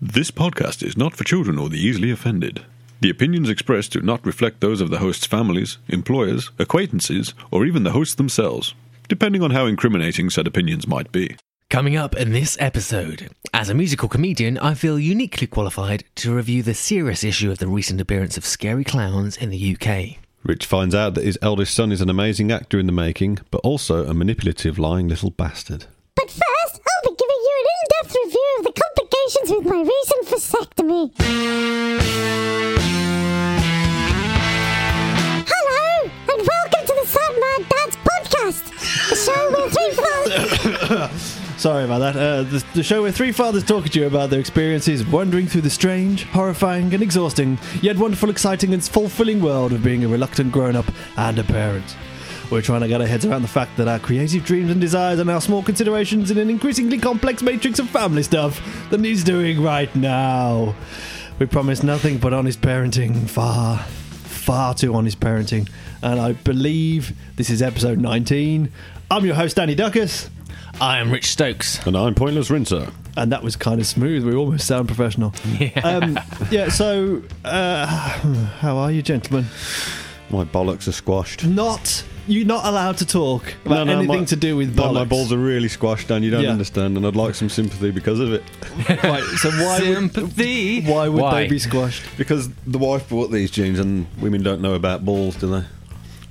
This podcast is not for children or the easily offended. The opinions expressed do not reflect those of the host's families, employers, acquaintances, or even the hosts themselves, depending on how incriminating said opinions might be. Coming up in this episode, as a musical comedian, I feel uniquely qualified to review the serious issue of the recent appearance of scary clowns in the UK. Rich finds out that his eldest son is an amazing actor in the making, but also a manipulative, lying little bastard. But first, I'll be giving you an in depth review of the complications with my recent vasectomy. Hello, and welcome to the Sad Mad Dads podcast, the show where three fathers. Sorry about that. Uh, the, the show where three fathers talk to you about their experiences wandering through the strange, horrifying, and exhausting, yet wonderful, exciting, and fulfilling world of being a reluctant grown up and a parent. We're trying to get our heads around the fact that our creative dreams and desires and our small considerations in an increasingly complex matrix of family stuff that needs doing right now. We promise nothing but honest parenting. Far, far too honest parenting. And I believe this is episode 19. I'm your host, Danny Duckus. I am Rich Stokes. And I'm Pointless Rinser. and that was kind of smooth. We almost sound professional. Yeah. Um, yeah. So, uh, how are you, gentlemen? My bollocks are squashed. Not you're not allowed to talk about anything my- to do with no, bollocks. my balls are really squashed, and you don't Yeah. understand. And I'd like some sympathy because of it. Right, so why would, Sympathy. why would they be squashed? Because the wife bought these jeans, and women don't know about balls, do they?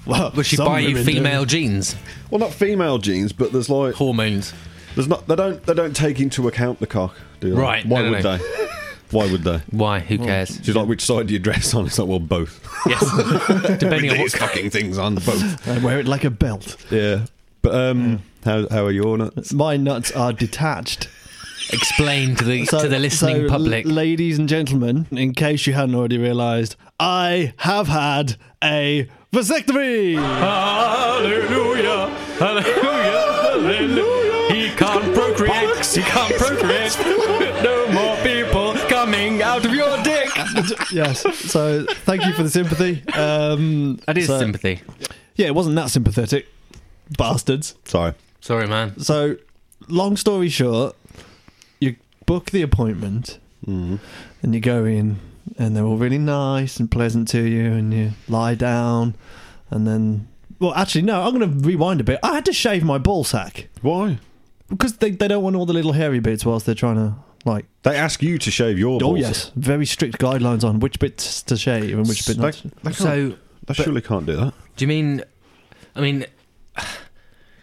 Well, Would she some buy you women do. female jeans, Well, not female jeans, but there's like hormones? there's not they don't they don't take into account the cock, do they? Right, Why no, no, would no. they? Why would they? Why? Who cares? She's like, which side do you dress on? It's like, well, both. yes, depending on These what. fucking things on both. I wear it like a belt. yeah, but um, how how are your nuts? My nuts are detached. Explain to the to the listening so, public. l- ladies and gentlemen, in case you hadn't already realised, I have had a vasectomy. Hallelujah! Hallelujah! Hallelujah! He can't procreate. He can't procreate. no more people coming out of your dick. yes. So, thank you for the sympathy. Um, That is so- sympathy. Yeah, it wasn't that sympathetic, bastards. Sorry. Sorry, man. So, long story short, you book the appointment and you go in, and they're all really nice and pleasant to you, and you lie down, and then. Well, actually, no, I'm going to rewind a bit. I had to shave my ball sack Why? because they, they don't want all the little hairy bits whilst they're trying to, like. They ask you to shave your Oh, balls. yes. Very strict guidelines on which bits to shave and which bit They, not. they, can't- So, they surely can't do that. do you mean? I mean,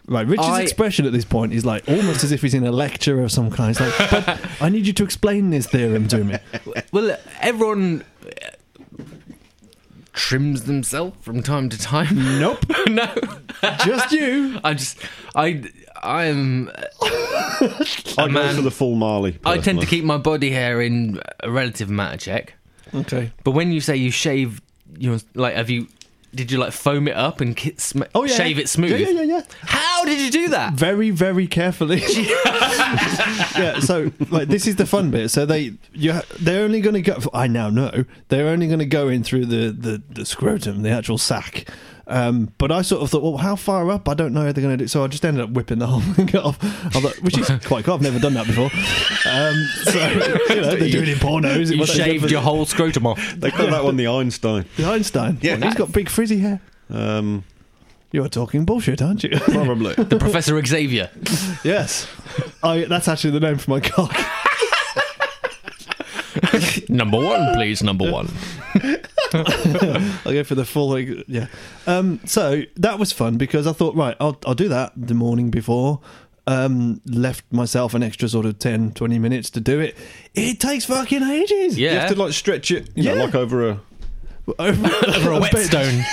Right, Richard's I- expression at this point is like almost as if he's in a lecture of some kind. It's like, but I need you to explain this theorem to me. well, everyone uh, trims themselves from time to time. Nope, no, just you. I just, I, I am. I go man- for the full Marley. I tend personally. to keep my body hair in a relative amount of check. Okay. But when you say you shave, you know, like have you? Did you like foam it up and ki- sm- Oh yeah. shave it smooth? Yeah, yeah, yeah, yeah. How did you do that? Very, very carefully. yeah. So, like, this is the fun bit. So they, you, ha- they're only going to go. I now know they're only going to go in through the the the scrotum, the actual sac. Um, but I sort of thought, well, how far up? I don't know how they're going to do. So I just ended up whipping the whole thing off, I thought, which is quite cool. I've never done that before. Um, so you know, they do it in pornos. It You was shaved your whole scrotum off. They call that one the Einstein. Einstein. Yeah, he's got big frizzy hair. Um, You're talking bullshit, aren't you? probably. The Professor Xavier. yes. I, that's actually the name for my cock. Number one, please. Number one. I'll go for the full, like, yeah. Um, so that was fun because I thought, right, I'll, I'll do that the morning before. Um, left myself an extra sort of 10, 20 minutes to do it. It takes fucking ages. You Yeah. have to like stretch it, you know, Yeah. like over a Over, For a bit. whetstone.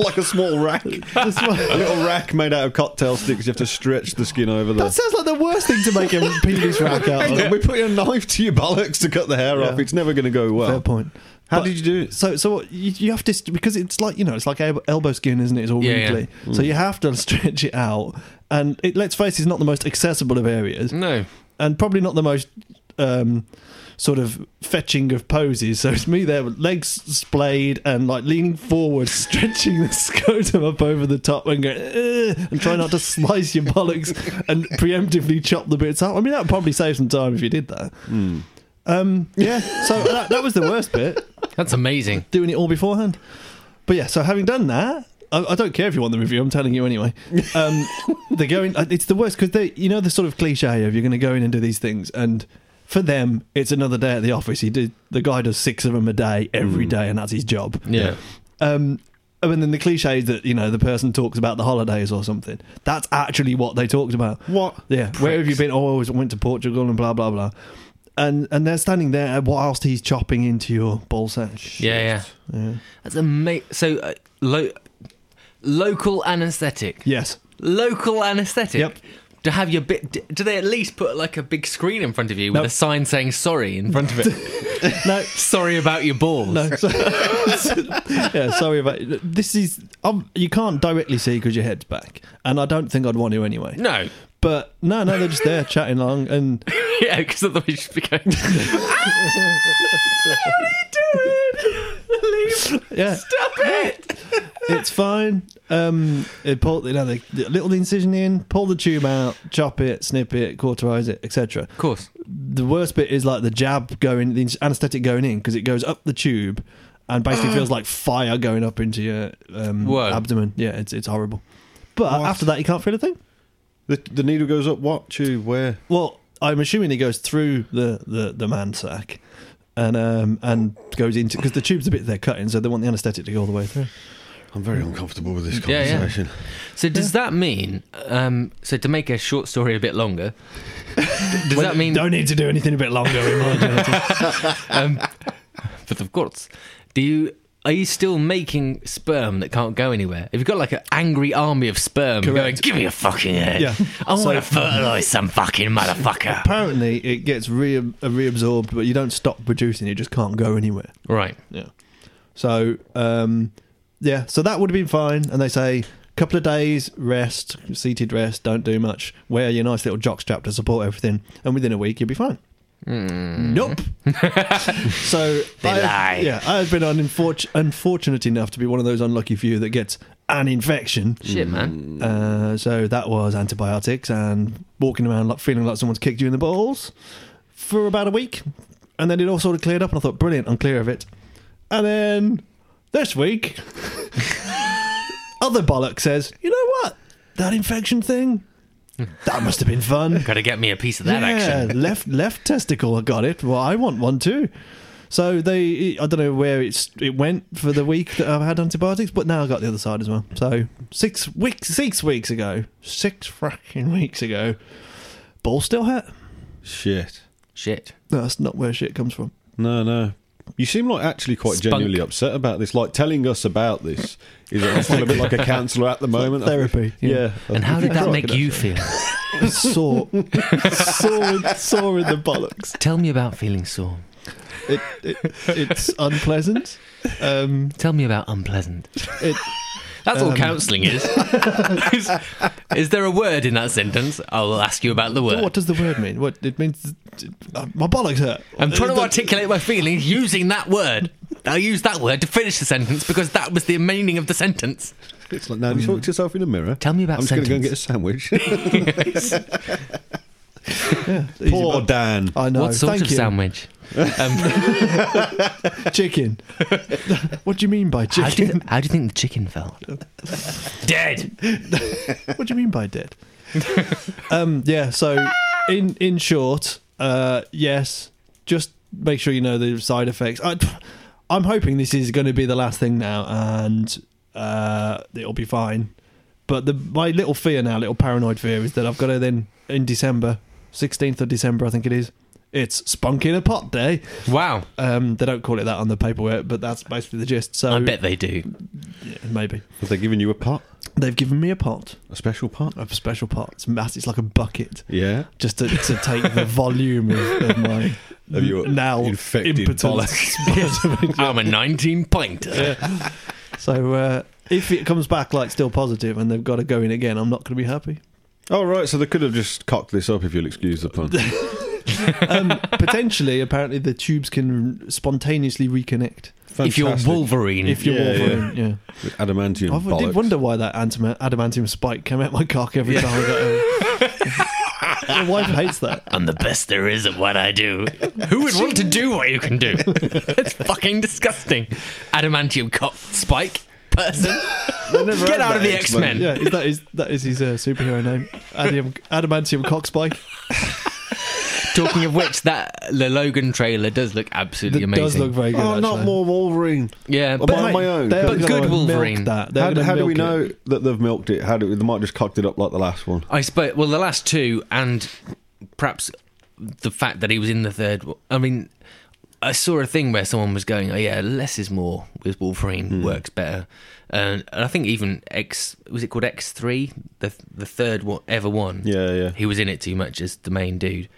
like a small rack, a That's why- little rack made out of cocktail sticks. You have to stretch the skin over That the. sounds like the worst thing to make a penis rack out Hang on, of. we're putting a knife to your bollocks to cut the hair off. Yeah. It's never going to go well. Fair point. How But- did you do it? So, so what, you, you have to st- because it's like you know it's like el- elbow skin, isn't it? It's all Yeah, Mm. yeah. wrinkly, so you have to stretch it out. And it, let's face it, it's not the most accessible of areas. No. and probably not the most um, sort of fetching of poses. So it's me there with legs splayed and like leaning forward, stretching the scrotum up over the top and going, "Ugh," and try not to slice your bollocks and preemptively chop the bits up. I mean, that would probably save some time if you did that. Um, yeah, so that, that was the worst bit, That's amazing. doing it all beforehand. But yeah, so having done that, I, I don't care if you want the review. I'm telling you anyway. Um, they're going. It's the worst because they, you know, the sort of cliche of you're going to go in and do these things, and for them, it's another day at the office. He did the guy does six of them a day every day, and that's his job. Mm. Yeah. Um, and then the cliche is that you know the person talks about the holidays or something. That's actually what they talked about. What? Yeah. Where have you been? Oh, I was- went to Portugal and blah blah blah. And and they're standing there whilst he's chopping into your ball sack. Yeah, yeah. Yeah. That's amazing. So, uh, lo- local anesthetic. Yes. Local anesthetic. Yep. To have your bit. d- Do they at least put like a big screen in front of you with Nope. a sign saying sorry in front of it? No. sorry about your balls. No. So, yeah. Sorry about this. Is um, you can't directly see because your head's back, and I don't think I'd want to anyway. No. But no, no, they're just there chatting along, and yeah, because otherwise you'd be going. "Ah, yeah, Stop it! it's fine. Um, it pull, you know, the, the little incision in, pull the tube out, chop it, snip it, cauterize it, etc. Of course. The worst bit is like the jab going, the anaesthetic going in because it goes up the tube and basically feels like fire going up into your um, Whoa. abdomen. Yeah, it's it's horrible. But after that, you can't feel a thing. The, the needle goes up what tube? Where? Well, I'm assuming it goes through the the, the man sack. And um and goes into because the tube's a bit they're cutting, so they want the anaesthetic to go all the way through. I'm very uncomfortable with this Yeah, yeah. conversation. So does that mean? Um, so to make a short story a bit longer, does that mean? Don't need to do anything a bit longer. in my genitals. Um, But of course, do you? Are you still making sperm that can't go anywhere? Have you got like an angry army of sperm going, Correct. give me a fucking head. Yeah. I want to So- fertilise some fucking motherfucker. Apparently, it gets re- uh, reabsorbed, but you don't stop producing; it just can't go anywhere. Right. Yeah. So, um, yeah, so that would have been fine. And they say couple of days rest, seated rest, don't do much. Wear your nice little jockstrap to support everything, and within a week you'll be fine. Nope. so Hmm. They I- lie. Yeah, I have been unfortunate, unfortunate enough to be one of those unlucky few that gets an infection. Shit, man. Uh, so that was antibiotics and walking around like feeling like someone's kicked you in the balls for about a week, and then it all sort of cleared up. And I thought, brilliant, I'm clear of it. And then this week, other bollock says, you know what? That infection thing, that must have been fun. Got to Mm. get me a piece of that action. left left testicle got it. Well, I want one too. So they, I don't know where it's it went for the week that I've had antibiotics, but now I got the other side as well. So six weeks, six weeks ago, six fracking weeks ago, ball still hurt. Shit. Shit. No, that's not where shit comes from. No, no. You seem like actually quite Spunk. genuinely upset about this. Like telling us about this is I feel a bit like a counsellor at the moment. Therapy. Yeah. And how did that Sure, I make could you feel? sore, sore, sore in the bollocks. Tell me about feeling sore. It, it, it's unpleasant. Um, Tell me about unpleasant. it, That's all Um, counselling is. is. is there a word in that sentence? I'll ask you about the word. what does the word mean? What it means? Uh, my bollocks hurt. I'm trying It- to articulate my feelings using that word. I used that word to finish the sentence because that was the meaning of the sentence. It's like, now you talk to yourself in the mirror. Tell me about I'm just going to go and get a sentence. sandwich. Easy Poor bud. Dan. I know. what sort Thank of you. sandwich? Um, Chicken. what do you mean by how, do you, chicken? how do you think the chicken felt? Dead. what do you mean by dead? um, yeah. So, in in short, uh, yes. Just make sure you know the side effects. I, I'm hoping this is going to be the last thing now, and uh, it'll be fine. But the my little fear now, little paranoid fear, is that I've got to then in December, 16th of December, I think it is. It's spunk in a pot day. Wow. Um, they don't call it that on the paperwork, but that's basically the gist. So I bet they do. maybe Have they given you a pot? they've given me a pot, A special pot? a special pot. It's massive. It's like a bucket, Yeah. just to, to take the volume of, of my Of your now infected impotent. spasm. I'm a 19 pointer. so uh, if it comes back like still positive and they've got to go in again, I'm not going to be happy. Oh, right. So they could have just cocked this up if you'll excuse the pun. Um, potentially, apparently, the tubes can spontaneously reconnect If you're Fantastic. Wolverine, if you're Yeah, Wolverine. Yeah, With adamantium I bollocks. did wonder why that antima- adamantium spike came out my cock every time I got. My wife hates that. I'm the best there is at what I do. Who would want to do what you can do? It's fucking disgusting. Adamantium cop spike person. Get out of the X Men. Yeah, is that is that is his uh, superhero name? Adam, adamantium cockspike. Talking of which, that the Logan trailer does look absolutely That amazing. does look very good. Oh, not actually. more Wolverine. yeah, Well, but my- Mate, my own. they're But gonna good milk Wolverine. That. They're How, do- gonna how do we milk it. know that they've milked it? How do they might have just cocked it up like the last one? I suppose. Well, the last two, and perhaps the fact that he was in the third. one- I mean, I saw a thing where someone was going, "Oh yeah, less is more with Wolverine Hmm. works better," and, and I think even X was it called X three, the the third one, ever one. Yeah, yeah. He was in it too much as the main dude.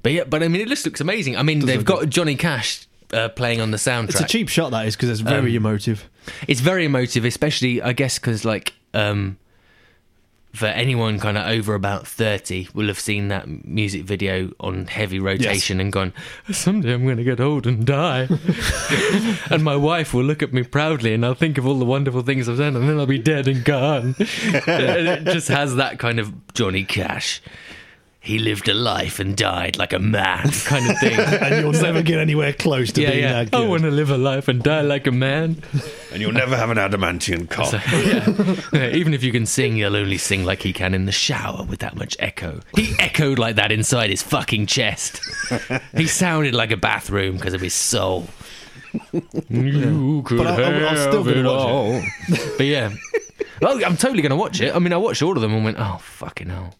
But yeah, but I mean, it just looks amazing. I mean, they've got Johnny Cash uh, playing on the soundtrack. It's a cheap shot that is because it's very Um, emotive. It's very emotive, especially I guess because like um, for anyone kind of over about thirty will have seen that m- music video on heavy rotation and gone, someday I'm going to get old and die, and my wife will look at me proudly and I'll think of all the wonderful things I've done and then I'll be dead and gone. and it just has that kind of Johnny Cash. He lived a life and died like a man, kind of thing. And you'll never get anywhere close to yeah, yeah. I want to live a life and die like a man. And you'll never have an adamantium cock. Yeah, Even if you can sing, you'll only sing like he can in the shower with that much echo. He echoed like that inside his fucking chest. he sounded like a bathroom because of his soul. You could But I- I- I'm still gonna watch it. But yeah, oh, I'm totally going to watch it. I mean, I watched all of them and went, oh fucking hell.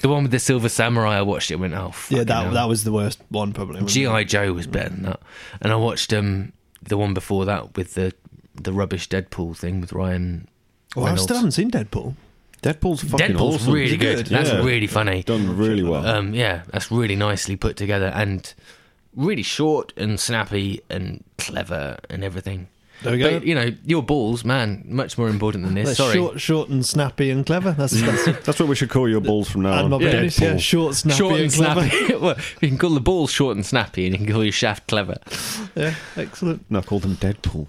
the one with the silver samurai, I watched it. and Went, oh fucking Yeah, that hell. that was the worst one probably. wasn't GI it? Joe was better than that. And I watched um the one before that with the the rubbish Deadpool thing with Ryan. Well, Oh, I Reynolds. still haven't seen Deadpool. Deadpool's fucking Deadpool's awesome. really good. That's Yeah. really funny. Done really well. Um, yeah, that's really nicely put together and really short and snappy and clever and everything. There we go. But, you know, your balls, man, much more important than this. That's Sorry. short, short and snappy and clever. That's, that's That's what we should call your balls from now and my on. Yeah. penis. Yeah, short, snappy, Short and, and clever. snappy. well, you can call the balls short and snappy, and you can call your shaft clever. Yeah, excellent. No, call them Deadpool.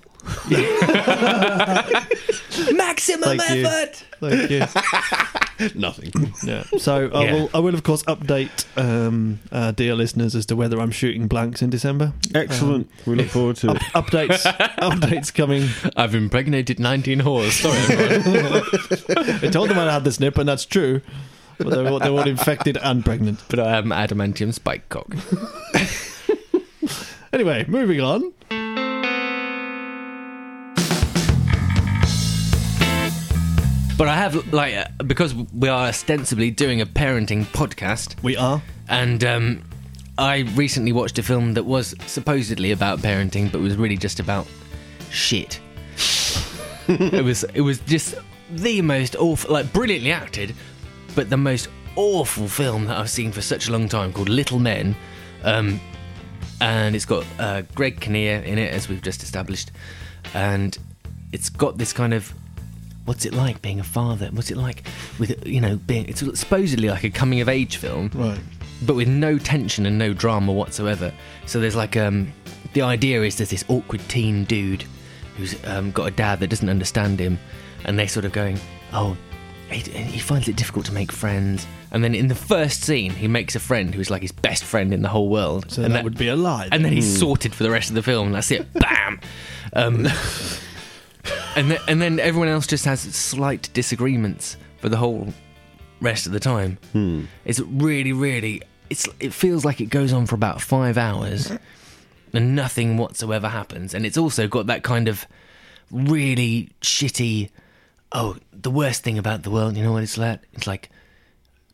Maximum Thank you. effort. Thank you. Nothing. Yeah. So I Yeah. will, I will of course update um, uh, dear listeners as to whether I'm shooting blanks in December. Excellent. we look forward to it. Updates, updates coming. I've impregnated 19 whores. Sorry, everyone. I told them I had this nip, and that's true. But they're, all- they're all infected and pregnant. but I am adamantium spike cock. Anyway, moving on. But I have like uh, because we are ostensibly doing a parenting podcast, We are. and um, I recently watched a film that was supposedly about parenting, but was really just about shit. it was it was just the most awful, like brilliantly acted, but the most awful film that I've seen for such a long time called Little Men. Um, and it's got uh, Greg Kinnear in it, as we've just established, and it's got this kind of what's it like being a father? What's it like with you know being? It's supposedly like a coming of age film, Right. but with no tension and no drama whatsoever. So there's like um, the idea is there's this awkward teen dude who's um, got a dad that doesn't understand him, and they're sort of going, oh, he, he finds it difficult to make friends. And then in the first scene, he makes a friend who's like his best friend in the whole world. So and that, would be a lie. and then he's sorted for the rest of the film. That's it. Bam. Um, and then, and then everyone else just has slight disagreements for the whole rest of the time. It's really, really. It's it feels like it goes on for about five hours, and nothing whatsoever happens. And it's also got that kind of really shitty. Oh, the worst thing about the world, you know what it's like? It's like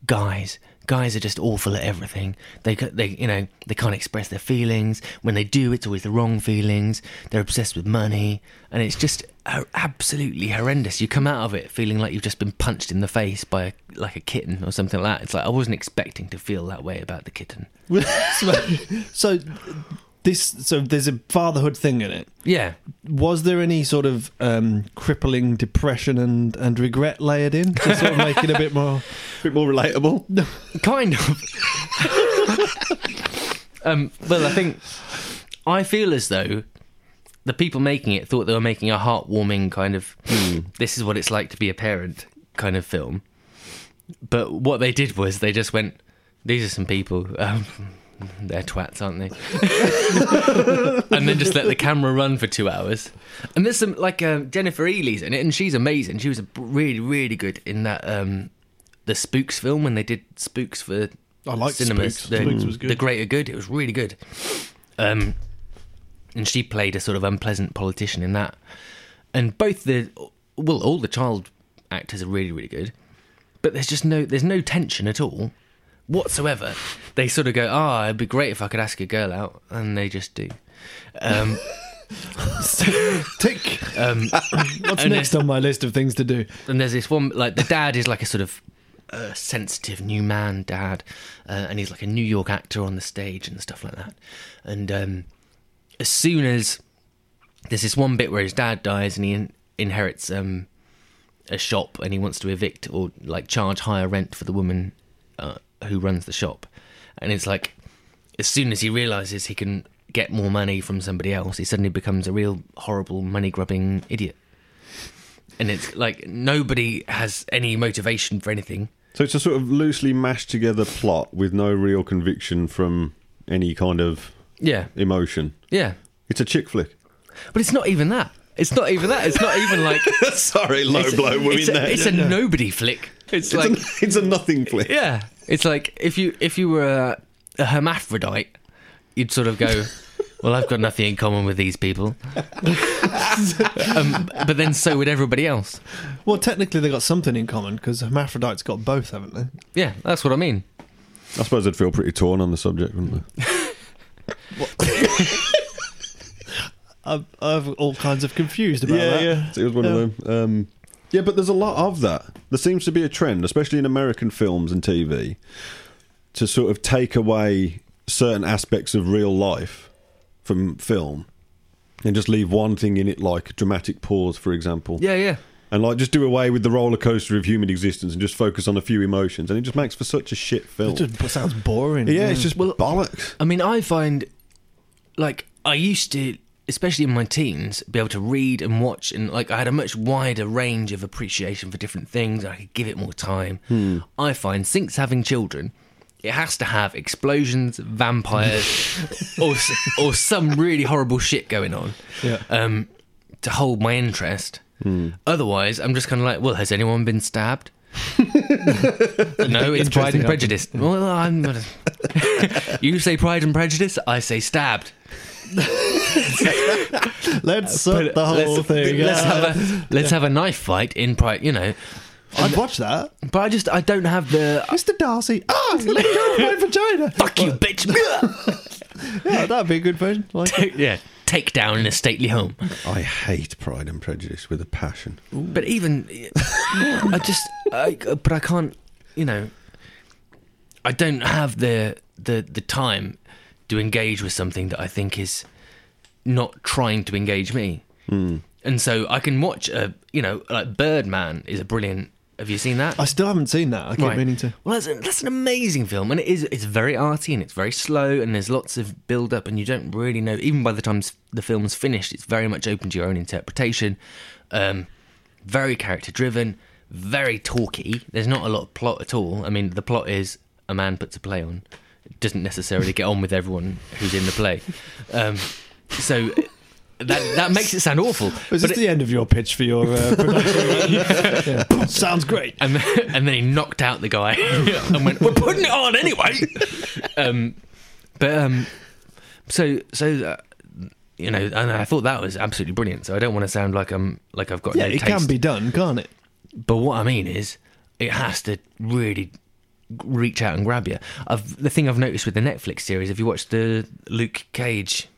guys guys are just awful at everything they ca- they you know they can't express their feelings when they do it's always the wrong feelings they're obsessed with money and it's just ho- absolutely horrendous you come out of it feeling like you've just been punched in the face by a, like a kitten or something like that it's like i wasn't expecting to feel that way about the kitten so this, so there's a fatherhood thing in it. yeah was there any sort of um, crippling depression and, and regret layered in to sort of make it a bit more? A bit more relatable. kind of. um, well, I think I feel as though the people making it thought they were making a heartwarming kind of this is what it's like to be a parent kind of film. But what they did was they just went, These are some people. Um, they're twats, aren't they? and then just let the camera run for two hours. And there's some like uh, Jennifer Ely's in it, and she's amazing. She was really, really good in that um, the Spooks film when they did Spooks for I liked cinemas. Spooks. The, Spooks was good. The Greater Good. It was really good. Um, and she played a sort of unpleasant politician in that. And both the well, all the child actors are really, really good. But there's just no there's no tension at all whatsoever. They sort of go, "Ah, it'd be great if I could ask a girl out," and they just do. Um, Tick. um, What's And next on my list of things to do? and there's this one like the dad is like a sort of uh, sensitive new man dad uh, and he's like a new york actor on the stage and stuff like that and um, as soon as there's this one bit where his dad dies and he in- inherits um, a shop and he wants to evict or like charge higher rent for the woman uh, who runs the shop and it's like as soon as he realizes he can get more money from somebody else he suddenly becomes a real horrible money grubbing idiot and it's like nobody has any motivation for anything. So it's a sort of loosely mashed together plot with no real conviction from any kind of Yeah, emotion. yeah, It's a chick flick. but it's not even that. It's not even that. It's not even like Sorry, low it's, blow. We're it's in a, there. it's a nobody flick. It's, like it's, a, it's a nothing flick. yeah, it's like if you if you were a, a hermaphrodite, you'd sort of go. Well, I've got nothing in common with these people, um, but then so would everybody else. Well, technically, they got something in common because hermaphrodites got both, haven't they? Yeah, that's what I mean. I suppose I'd feel pretty torn on the subject, wouldn't I? I've, I've all kinds of confused about yeah, that. yeah. So it was one of them. Um, yeah, but there's a lot of that. There seems to be a trend, especially in American films and TV, to sort of take away certain aspects of real life from film and just leave one thing in it, like dramatic pause, for example. Yeah, yeah. And like just do away with the roller coaster of human existence and just focus on a few emotions. And it just makes for such a Mm. shit film. It just sounds boring. yeah, it's just bollocks. I mean, I find like I used to, especially in my teens, be able to read and watch, and like I had a much wider range of appreciation for different things. I could give it more time. I find since having children, it has to have explosions, vampires, or s- or some really horrible shit going on Yeah. um, to hold my interest. Otherwise, I'm just kind of like, well, has anyone been stabbed? no, it's Pride and Prejudice. Well, I'm gonna. you say Pride and Prejudice, I say stabbed. Let's set the whole let's, thing. Let's up. have a let's have a knife fight in Pride. You know, I'd watch that. but I just I don't have the Mr. Darcy. Ah, it's gonna go in my vagina. fuck you, bitch. Yeah, that'd be a good version. Like, yeah, take down in a stately home. I hate Pride and Prejudice with a passion. But even I just, I, but I can't. You know, I don't have the the the time to engage with something that I think is not trying to engage me. And so I can watch a, you know, like Birdman is a brilliant. Have you seen that? I still haven't seen that. I keep Right. meaning to. Well, that's, that's an amazing film, and it is. It's very arty and it's very slow, and there's lots of build up, and you don't really know. Even by the time s- the film's finished, it's very much open to your own interpretation. Um, very character driven, very talky. There's not a lot of plot at all. I mean, the plot is a man puts a play on, doesn't necessarily get on with everyone who's in the play. Um, so that that makes it sound awful. but Is this it- the end of your pitch for your uh, production? Yeah. Sounds great. and then, and then he knocked out the guy and went, "We're putting it on anyway." um, but um, so so uh, you know, and I thought that was absolutely brilliant. So I don't want to sound like I'm like I've got Yeah, no it taste. can be done, can't it? But what I mean is, it has to really reach out and grab you. I've, the thing I've noticed with the Netflix series, have you watched the Luke Cage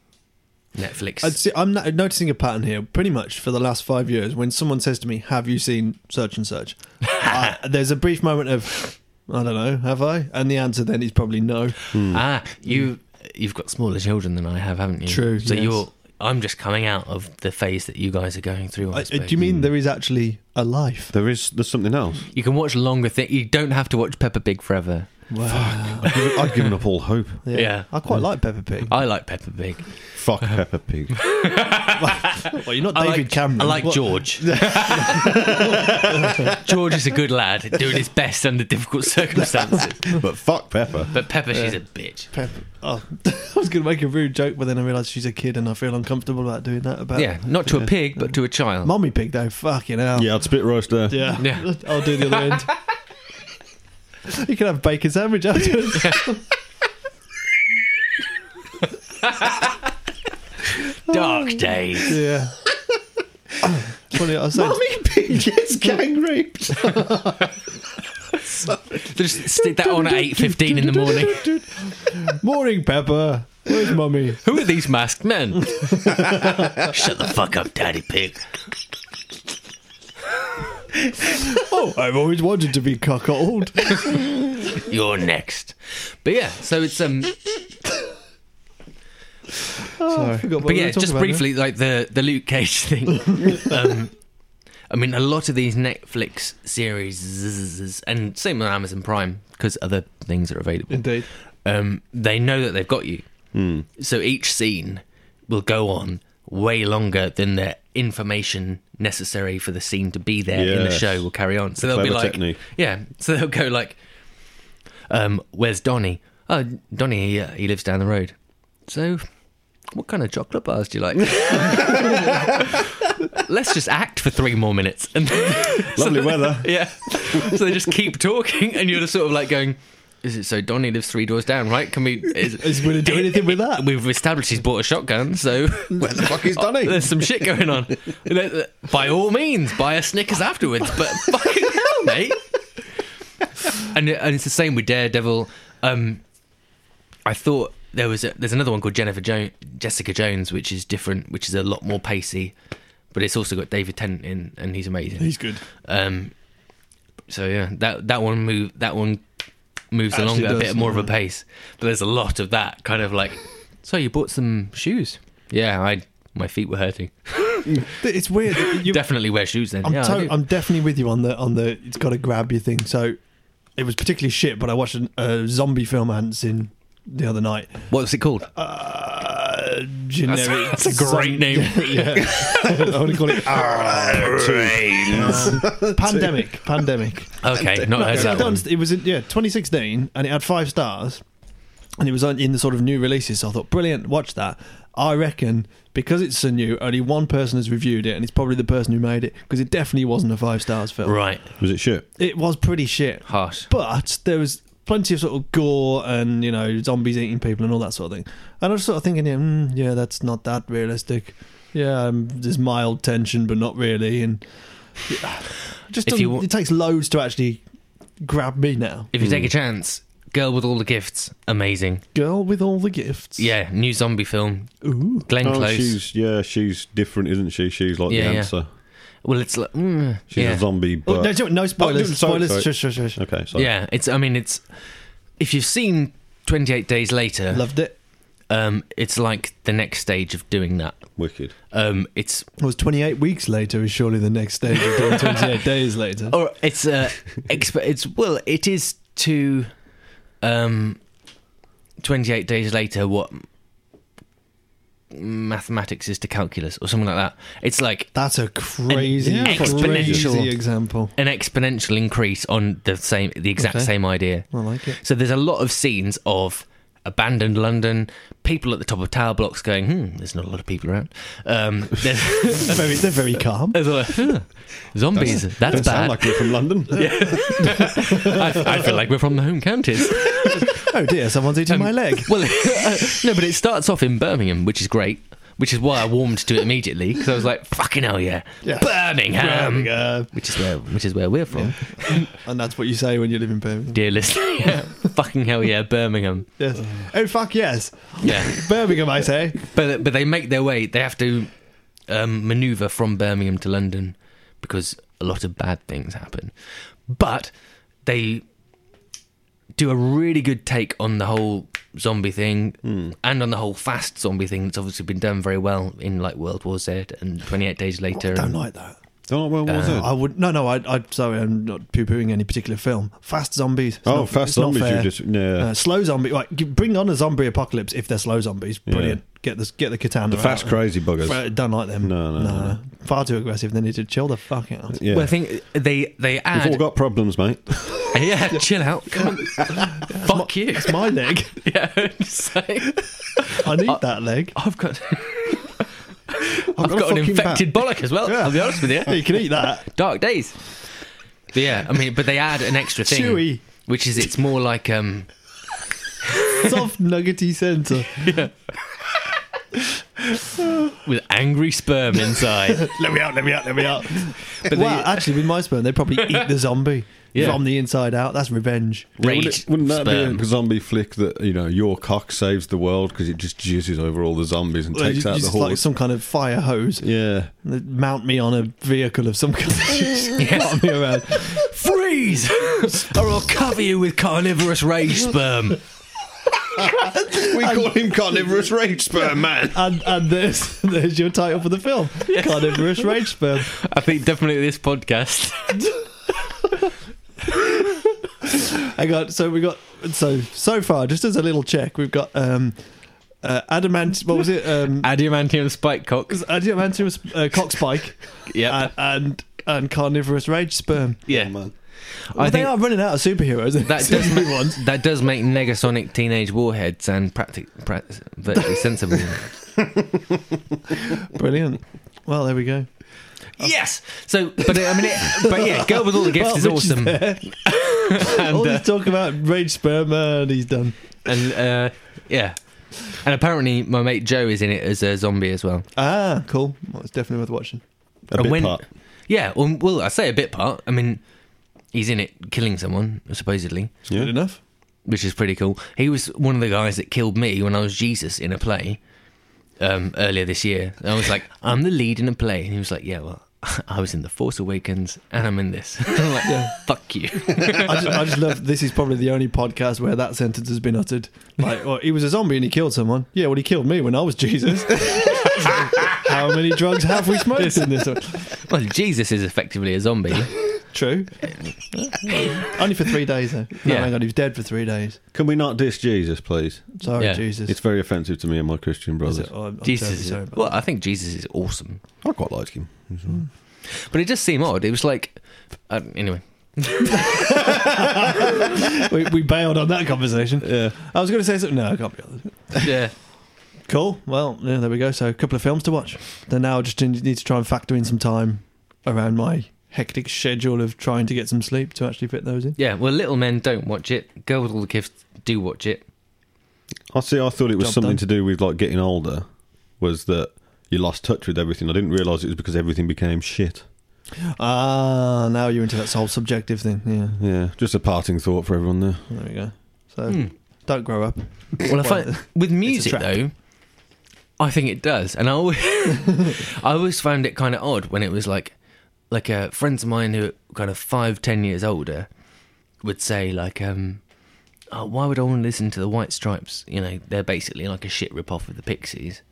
Netflix? I'd see, I'm not, noticing a pattern here. Pretty much for the last five years, when someone says to me, "Have you seen such and such?" I- there's a brief moment of, "I don't know, have I?" And the answer then is probably no. Ah, you you've got smaller children than I have, haven't you? True, So yes. you're. I'm just coming out of the phase that you guys are going through. I I, uh, do suppose. you mean there is actually a life? There is there's something else. You can watch longer things. You don't have to watch Peppa Pig forever. Wow. I'd given- I'd given up all hope. Yeah. I quite like Peppa Pig. I like Peppa Pig. Fuck Peppa Pig. well, you're not I David like, Cameron. I like What- George. George is a good lad, doing his best under difficult circumstances. But fuck Peppa. But Peppa, she's a bitch. Peppa. Oh, I was going to make a rude joke, but then I realised she's a kid and I feel uncomfortable about doing that. About Yeah, not to a pig, but to a child. Mommy Pig, though. Fucking hell. Yeah, I'd spit roast there. Yeah. Yeah. I'll do the other end. you can have bacon sandwich afterwards. Dark days. yeah. Funny, I said, Pig gets gang raped. Just stick that on at eight fifteen in the morning. Morning, Pepper. Where's Mummy? Who are these masked men? Shut the fuck up, Daddy Pig. Oh, I've always wanted to be cuckold. You're next. But yeah, so it's um. Oh, I forgot what but we yeah, were talking just about briefly, like the the Luke Cage thing. um, I mean, a lot of these Netflix series, and same on Amazon Prime, because other things are there. available. Indeed. Um, they know that they've got you. Hmm. So each scene will go on way longer than the information necessary for the scene to be there in the Yes. show will carry on. So they'll be Clever like, technique. yeah. So they'll go like, um, "Where's Donny? Oh, Donny, he, uh, he lives down the road. So, what kind of chocolate bars do you like? Let's just act for three more minutes. And Lovely weather. yeah. So they just keep talking, and you're just sort of like going, "Is it so? Donny lives three doors down, right? Can we? Is, Is he gonna do anything with that? We've established he's bought a shotgun, so Where the fuck is Donny? there's some shit going on. By all means, buy a Snickers afterwards, but fucking hell, mate. And and it's the same with Daredevil. Um, I thought there was a, there's another one called Jennifer Jones, Jessica Jones, which is different, which is a lot more pacey, but it's also got David Tennant in, and he's amazing. He's good. Um, so yeah, that that one move that one moves Actually along at a does, bit more of a yeah. pace, but there's a lot of that kind of like. So you bought some shoes? Yeah, I my feet were hurting. It's weird. that You, Definitely wear shoes then. I'm, yeah, I to- do. I'm definitely with you on the on the it's got to grab you thing. So it was particularly shit, but I watched an- a zombie film I hadn't seen the other night. What's it called? Uh, generic. that's a great name. yeah, I want to call it um, pandemic. Pandemic. okay, not heard So I that don't one. underst- It was in, yeah 2016, and it had five stars, and it was on, in the sort of new releases. So I thought, brilliant, watch that. I reckon because it's so new, only one person has reviewed it, and it's probably the person who made it because it definitely wasn't a five stars film. Right, Was it shit? It was pretty shit. harsh. But there was plenty of sort of gore and, you know, zombies eating people and all that sort of thing. And I was sort of thinking, yeah, mm, yeah that's not that realistic. Yeah, um, there's mild tension, but not really. And just If you doesn't- wa- it takes loads to actually grab me now. If you take a chance, girl with all the gifts, amazing. Girl with all the gifts. Yeah, new zombie film. Ooh. Glenn Oh, Close. she's yeah, she's different, isn't she? She's like Yeah, the yeah. answer. Well, it's like mm, She's yeah. a zombie. But... Oh, no, don't- no spoilers. Oh, sorry, spoilers. sorry. Shush, shush, shush. Okay, so Yeah, it's. I mean, it's. If you've seen Twenty Eight Days Later, Loved it. um, it's like the next stage of doing that. wicked. Um, it's It was 28 weeks later, is surely the next stage of doing 28 days later. or it's uh, exp- it's well, it is to, um, twenty eight days later what mathematics is to calculus or something like that. It's like That's a crazy, An exponential- crazy example. an exponential increase on the same the exact Okay. same idea. I like it. So there's a lot of scenes of abandoned London, people at the top of tower blocks going, hmm, there's not a lot of people around. Um, there's, They're very, they're very calm. there's a lot of, "Huh, zombies, that's Don't sound bad. like you're from London. I, I feel like we're from the home counties. Oh dear, someone's eating Um, my leg. Well, uh, no, but it starts off in Birmingham, which is great. Which is why I warmed to it immediately because I was like, "Fucking hell, yeah, Yeah. Birmingham. Birmingham. which is where which is where we're from, Um, And that's what you say when you live in Birmingham. dear listener. Yeah. Fucking hell, yeah, Birmingham, Yes. Oh fuck yes, yeah." Birmingham, I say. But but they make their way. They have to um, maneuver from Birmingham to London because a lot of bad things happen. But they do a really good take on the whole zombie thing and on the whole fast zombie thing that's obviously been done very well in like World War Z and 28 Days Later. Don't and- like that. Oh, well, what was Uh, it? I would no, no. I, I sorry, I'm not poo pooing any particular film. Fast zombies. It's oh, not- Fast it's not Zombies. You fair. just yeah. Uh, slow zombie. Right, g- bring on a zombie apocalypse if they're slow zombies. Brilliant. Get the get the katana. the fast out. crazy buggers. Uh, Don't like them. No, no, no. Far too aggressive. They need to chill the fuck out. yeah. Well, I think they they We've all add. got problems, mate. yeah, chill out. Come on. Fuck you. It's my leg. Yeah, just like, I need that leg. I've got I've I've a got an fucking bat. infected bollock as well. I'll be honest with you. You can eat that. Dark days. But yeah, I mean, but they add an extra thing, Chewy. which is it's more like um. Soft nuggety centre. with angry sperm inside. let me out. Let me out. Let me out. But wow, they- actually, with my sperm, they probably eat the zombie Yeah. from the inside out. That's revenge. Yeah, Rage. wouldn't, wouldn't that sperm. be a zombie flick that you know your cock saves the world because it just juices over all the zombies and Well, takes you- out you the just horse? like some kind of fire hose. yeah, They Mount me on a vehicle of some kind. Mount me around. Freeze! or I'll cover you with carnivorous rage sperm. we call him carnivorous rage sperm man. And and there's there's your title for the film. Carnivorous rage sperm. I think definitely this podcast. I got so we got so so far just as a little check we've got um uh, adamant what was it um Adamantium spike cock. adamantium uh, cock spike Yeah. and, and and carnivorous rage sperm. yeah. man. Well, I they think are running out of superheroes. that does, make, that does make Negasonic teenage warheads and practic, prac- virtually sensible. Brilliant. Well, there we go. yes! So, but I mean, it, but yeah, Girl with All the Gifts Well, is Rich awesome. there. All this talk about rage sperm uh, and he's done. and uh, yeah. And apparently, my mate Joe is in it as a zombie as well. Ah, cool. Well, it's definitely worth watching. A And bit when- part. Yeah, well, well, I say a bit part. I mean, he's in it killing someone, supposedly, Yeah. Good enough. which is pretty cool. He was one of the guys that killed me when I was Jesus in a play um, earlier this year. And I was like, I'm the lead in a play. And he was like, Yeah, well, I was in The Force Awakens and I'm in this. I'm like, Fuck you. I just, I just love this is probably the only podcast where that sentence has been uttered. Like, well, he was a zombie and he killed someone. Yeah, well, he killed me when I was Jesus. How many drugs have we smoked in this? one? well, Jesus is effectively a zombie. True. Only for three days, though. No, Yeah. hang on, he was dead for three days. Can we not diss Jesus, please? Sorry, Yeah. Jesus. It's very offensive to me and my Christian Is brothers. it? Oh, I'm- I'm Jesus terribly is. sorry about Well, I think Jesus is awesome. I quite like him. But it does seem odd. It was like, uh, anyway. that. we, we bailed on that conversation. Yeah, I was going to say something. No, I can't be honest. Yeah. Cool. Well, yeah, there we go. So a couple of films to watch. Then now I just need to try and factor in some time around my hectic schedule of trying to get some sleep to actually fit those in. Yeah, well, Little Men don't watch it. Girl with All the Gifts do watch it. I see. I thought it was Job something done. to do with like getting older. Was that you lost touch with everything? I didn't realise it was because everything became shit. Ah, now you're into that whole subjective thing. Yeah, Yeah, just a parting thought for everyone there. there we go. So Hmm. don't grow up. Well, I find with music trap. though, I think it does, and I always, I always found it kind of odd when it was like, like uh, friends of mine who are kind of five, ten years older would say like, um, oh, why would I want to listen to the White Stripes? You know, they're basically like a shit rip off of the Pixies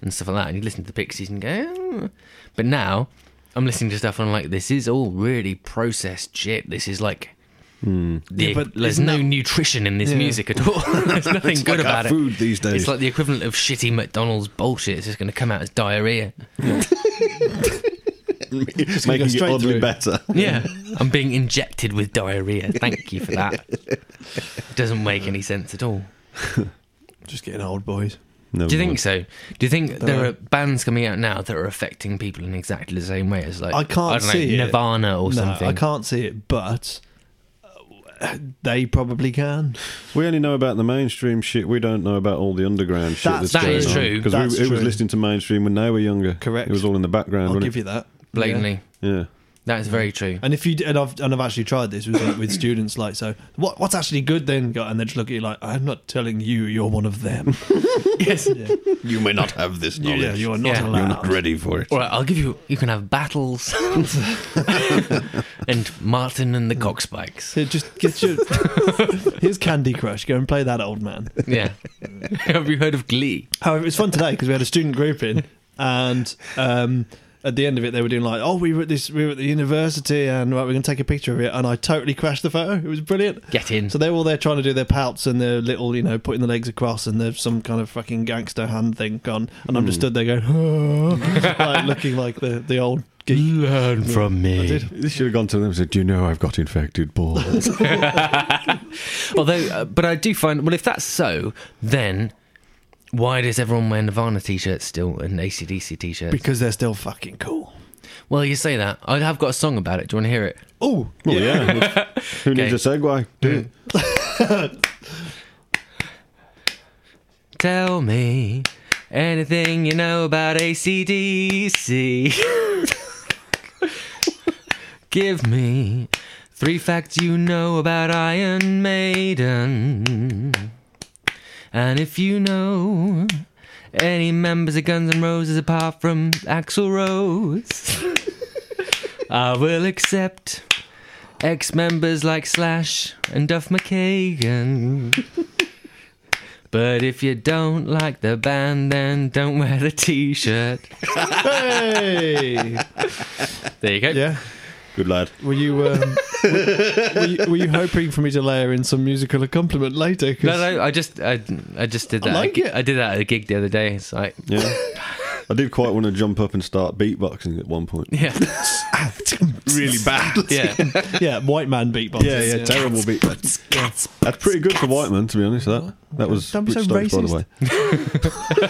and stuff like that. And you listen to the Pixies and go, "Oh." but now I'm listening to stuff and I'm like, this is all really processed shit. This is like. the- Hmm. Yeah, but there's isn't no that- nutrition in this Yeah. music at all. there's nothing good like our about it. food these days. It's like the equivalent of shitty McDonald's bullshit. It's just going to come out as diarrhea. gonna go making it straight oddly through. better. Yeah. I'm being injected with diarrhea. Thank you for that. doesn't make any sense at all. Just getting old, boys. Never Do you think mind. so? Do you think there Dunno. are bands coming out now that are affecting people in exactly the same way as like I can't I don't see it. know, Nirvana or no, something? I can't see it, but uh, they probably can. We only know about the mainstream shit. We don't know about all the underground shit. That's- That's, that is true. Because That's we it was true. listening to mainstream when they were younger. Correct. It was all in the background. I'll wasn't give it? you that. Blatantly, Yeah. that is very true. And if you d- and I've and I've actually tried this with with students like so what what's actually good then and they just look at you like I'm not telling you you're one of them yes. You may not have this you, yeah, you are not Yeah. You're allowed ready for it. All right, I'll give you. You can have battles and Martin and the Cockspikes. Here, just get your here's Candy Crush go and play that old man Yeah. have you heard of Glee? However, it was fun today because we had a student group in, and um, at the end of it, they were doing like, "Oh, we were at this, we were at the university, and right, we're gonna take a picture of it." And I totally crashed the photo. It was brilliant. Get in. So they're all there trying to do their pouts and their little, you know, putting the legs across, and there's some kind of fucking gangster hand thing on, and I'm just stood there going, like looking like the the old geek. Learn from me. This should have gone to them and said, Do you know I've got infected balls? Although, uh, but I do find, well, if that's so, then why does everyone wear Nirvana t shirts still and ACDC t shirts? Because they're still fucking cool. well, you say that. I have got a song about it. Do you want to hear it? Oh, well, yeah. Who needs a segue? Do Tell me anything you know about ACDC. Give me three facts you know about Iron Maiden. And if you know any members of Guns N' Roses apart from Axl Rose, I will accept ex members like Slash and Duff McKagan. But if you don't like the band, then don't wear the t shirt. hey, There you go. yeah. Good lad. Were you, um, were, were you were you hoping for me to layer in some musical accompaniment later? 'Cause- No, no, I just, I, I just did I that. like gi- it. I did that at a gig the other day. It's like, Yeah. I did quite want to jump up and start beatboxing at one point. yeah, Really bad. yeah. yeah, white man beatbox. Yeah, yeah, terrible beatbox. That's pretty good for white man, to be honest. That that was Don't be Rich so Stokes, by the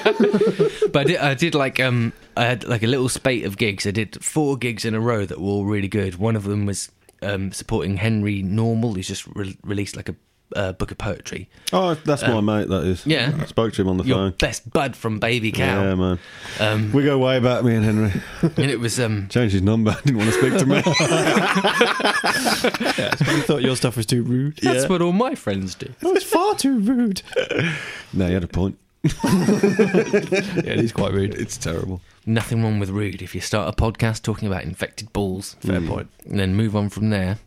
racist. way. But I did, I did like, um, I had like a little spate of gigs. I did four gigs in a row that were all really good. One of them was um, supporting Henry Normal, who's just re- released like a uh, book of poetry. Oh, that's Um, my mate. That is. yeah. I spoke to him on the Your phone. best bud from Baby Yeah, Cow, man. Um, we go way back, me and Henry. and it was um, Changed his number. Didn't want to speak to me. You thought your stuff was too rude. that's what all my friends do. Oh, it's far too rude. no, he had a point. Yeah, he's quite rude. It's terrible. Nothing wrong with rude if you start a podcast talking about infected balls. Fair point. and then move on from there.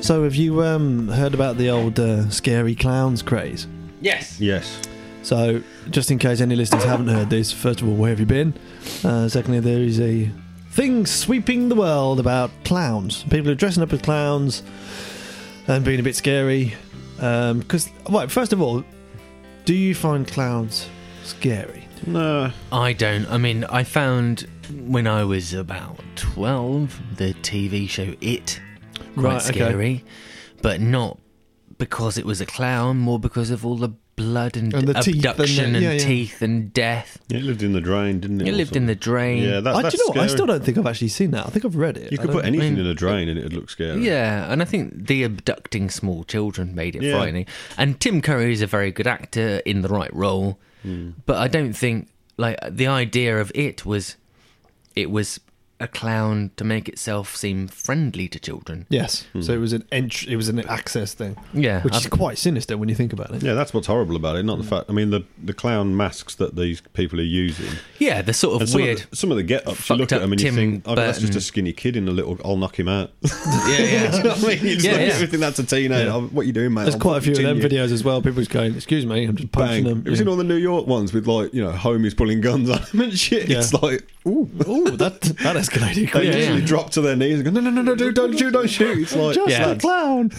So, have you um, heard about the old uh, scary clowns craze? Yes. Yes. So, just in case any listeners haven't heard this, first of all, where have you been? Uh, secondly, there is a thing sweeping the world about clowns. People are dressing up as clowns and being a bit scary. Because, right, first of all, do you find clowns scary? No. I don't. I mean, I found when I was about 12 the TV show It quite Right, okay. scary, but not because it was a clown, more because of all the blood and, And the teeth and the- abduction and yeah, yeah. teeth and death. It lived in the drain, didn't it? It lived in the drain. Yeah, that, I, that's do you know what? I scary. still don't think I've actually seen that. I think I've read it. You I could don't- put anything mean- in a drain and it'd look scary. Yeah, and I think the abducting small children made it Yeah. frightening. And Tim Curry is a very good actor in the right role, but I don't think like the idea of it was it was a clown to make itself seem friendly to children. Yes. Hmm. So it was an entry. It was an access thing. Yeah, Which I- is quite sinister when you think about it. Yeah, that's what's horrible about it. Not the fact. I mean, the the clown masks that these people are using. Yeah, the sort of And some weird. Of the, some of the get ups. You fucked look at up them and you Tim think, oh, that's just Burton. a skinny kid in a little. I'll knock him out. yeah, yeah. I mean, you just Yeah, yeah. look at it and think that's a teenager. Oh, What are you doing, mate? There's I'll quite a few of fucking them chin you. videos as well. People just going, "Excuse me," I'm just punching Bang. them. It was in all the New York ones with like you know homies pulling guns on them and shit. Yeah. It's like ooh, Oh, that that escalated they quick. Yeah, usually yeah. drop to their knees and go no no no no dude, don't shoot don't shoot. It's like Just Yeah. a clown.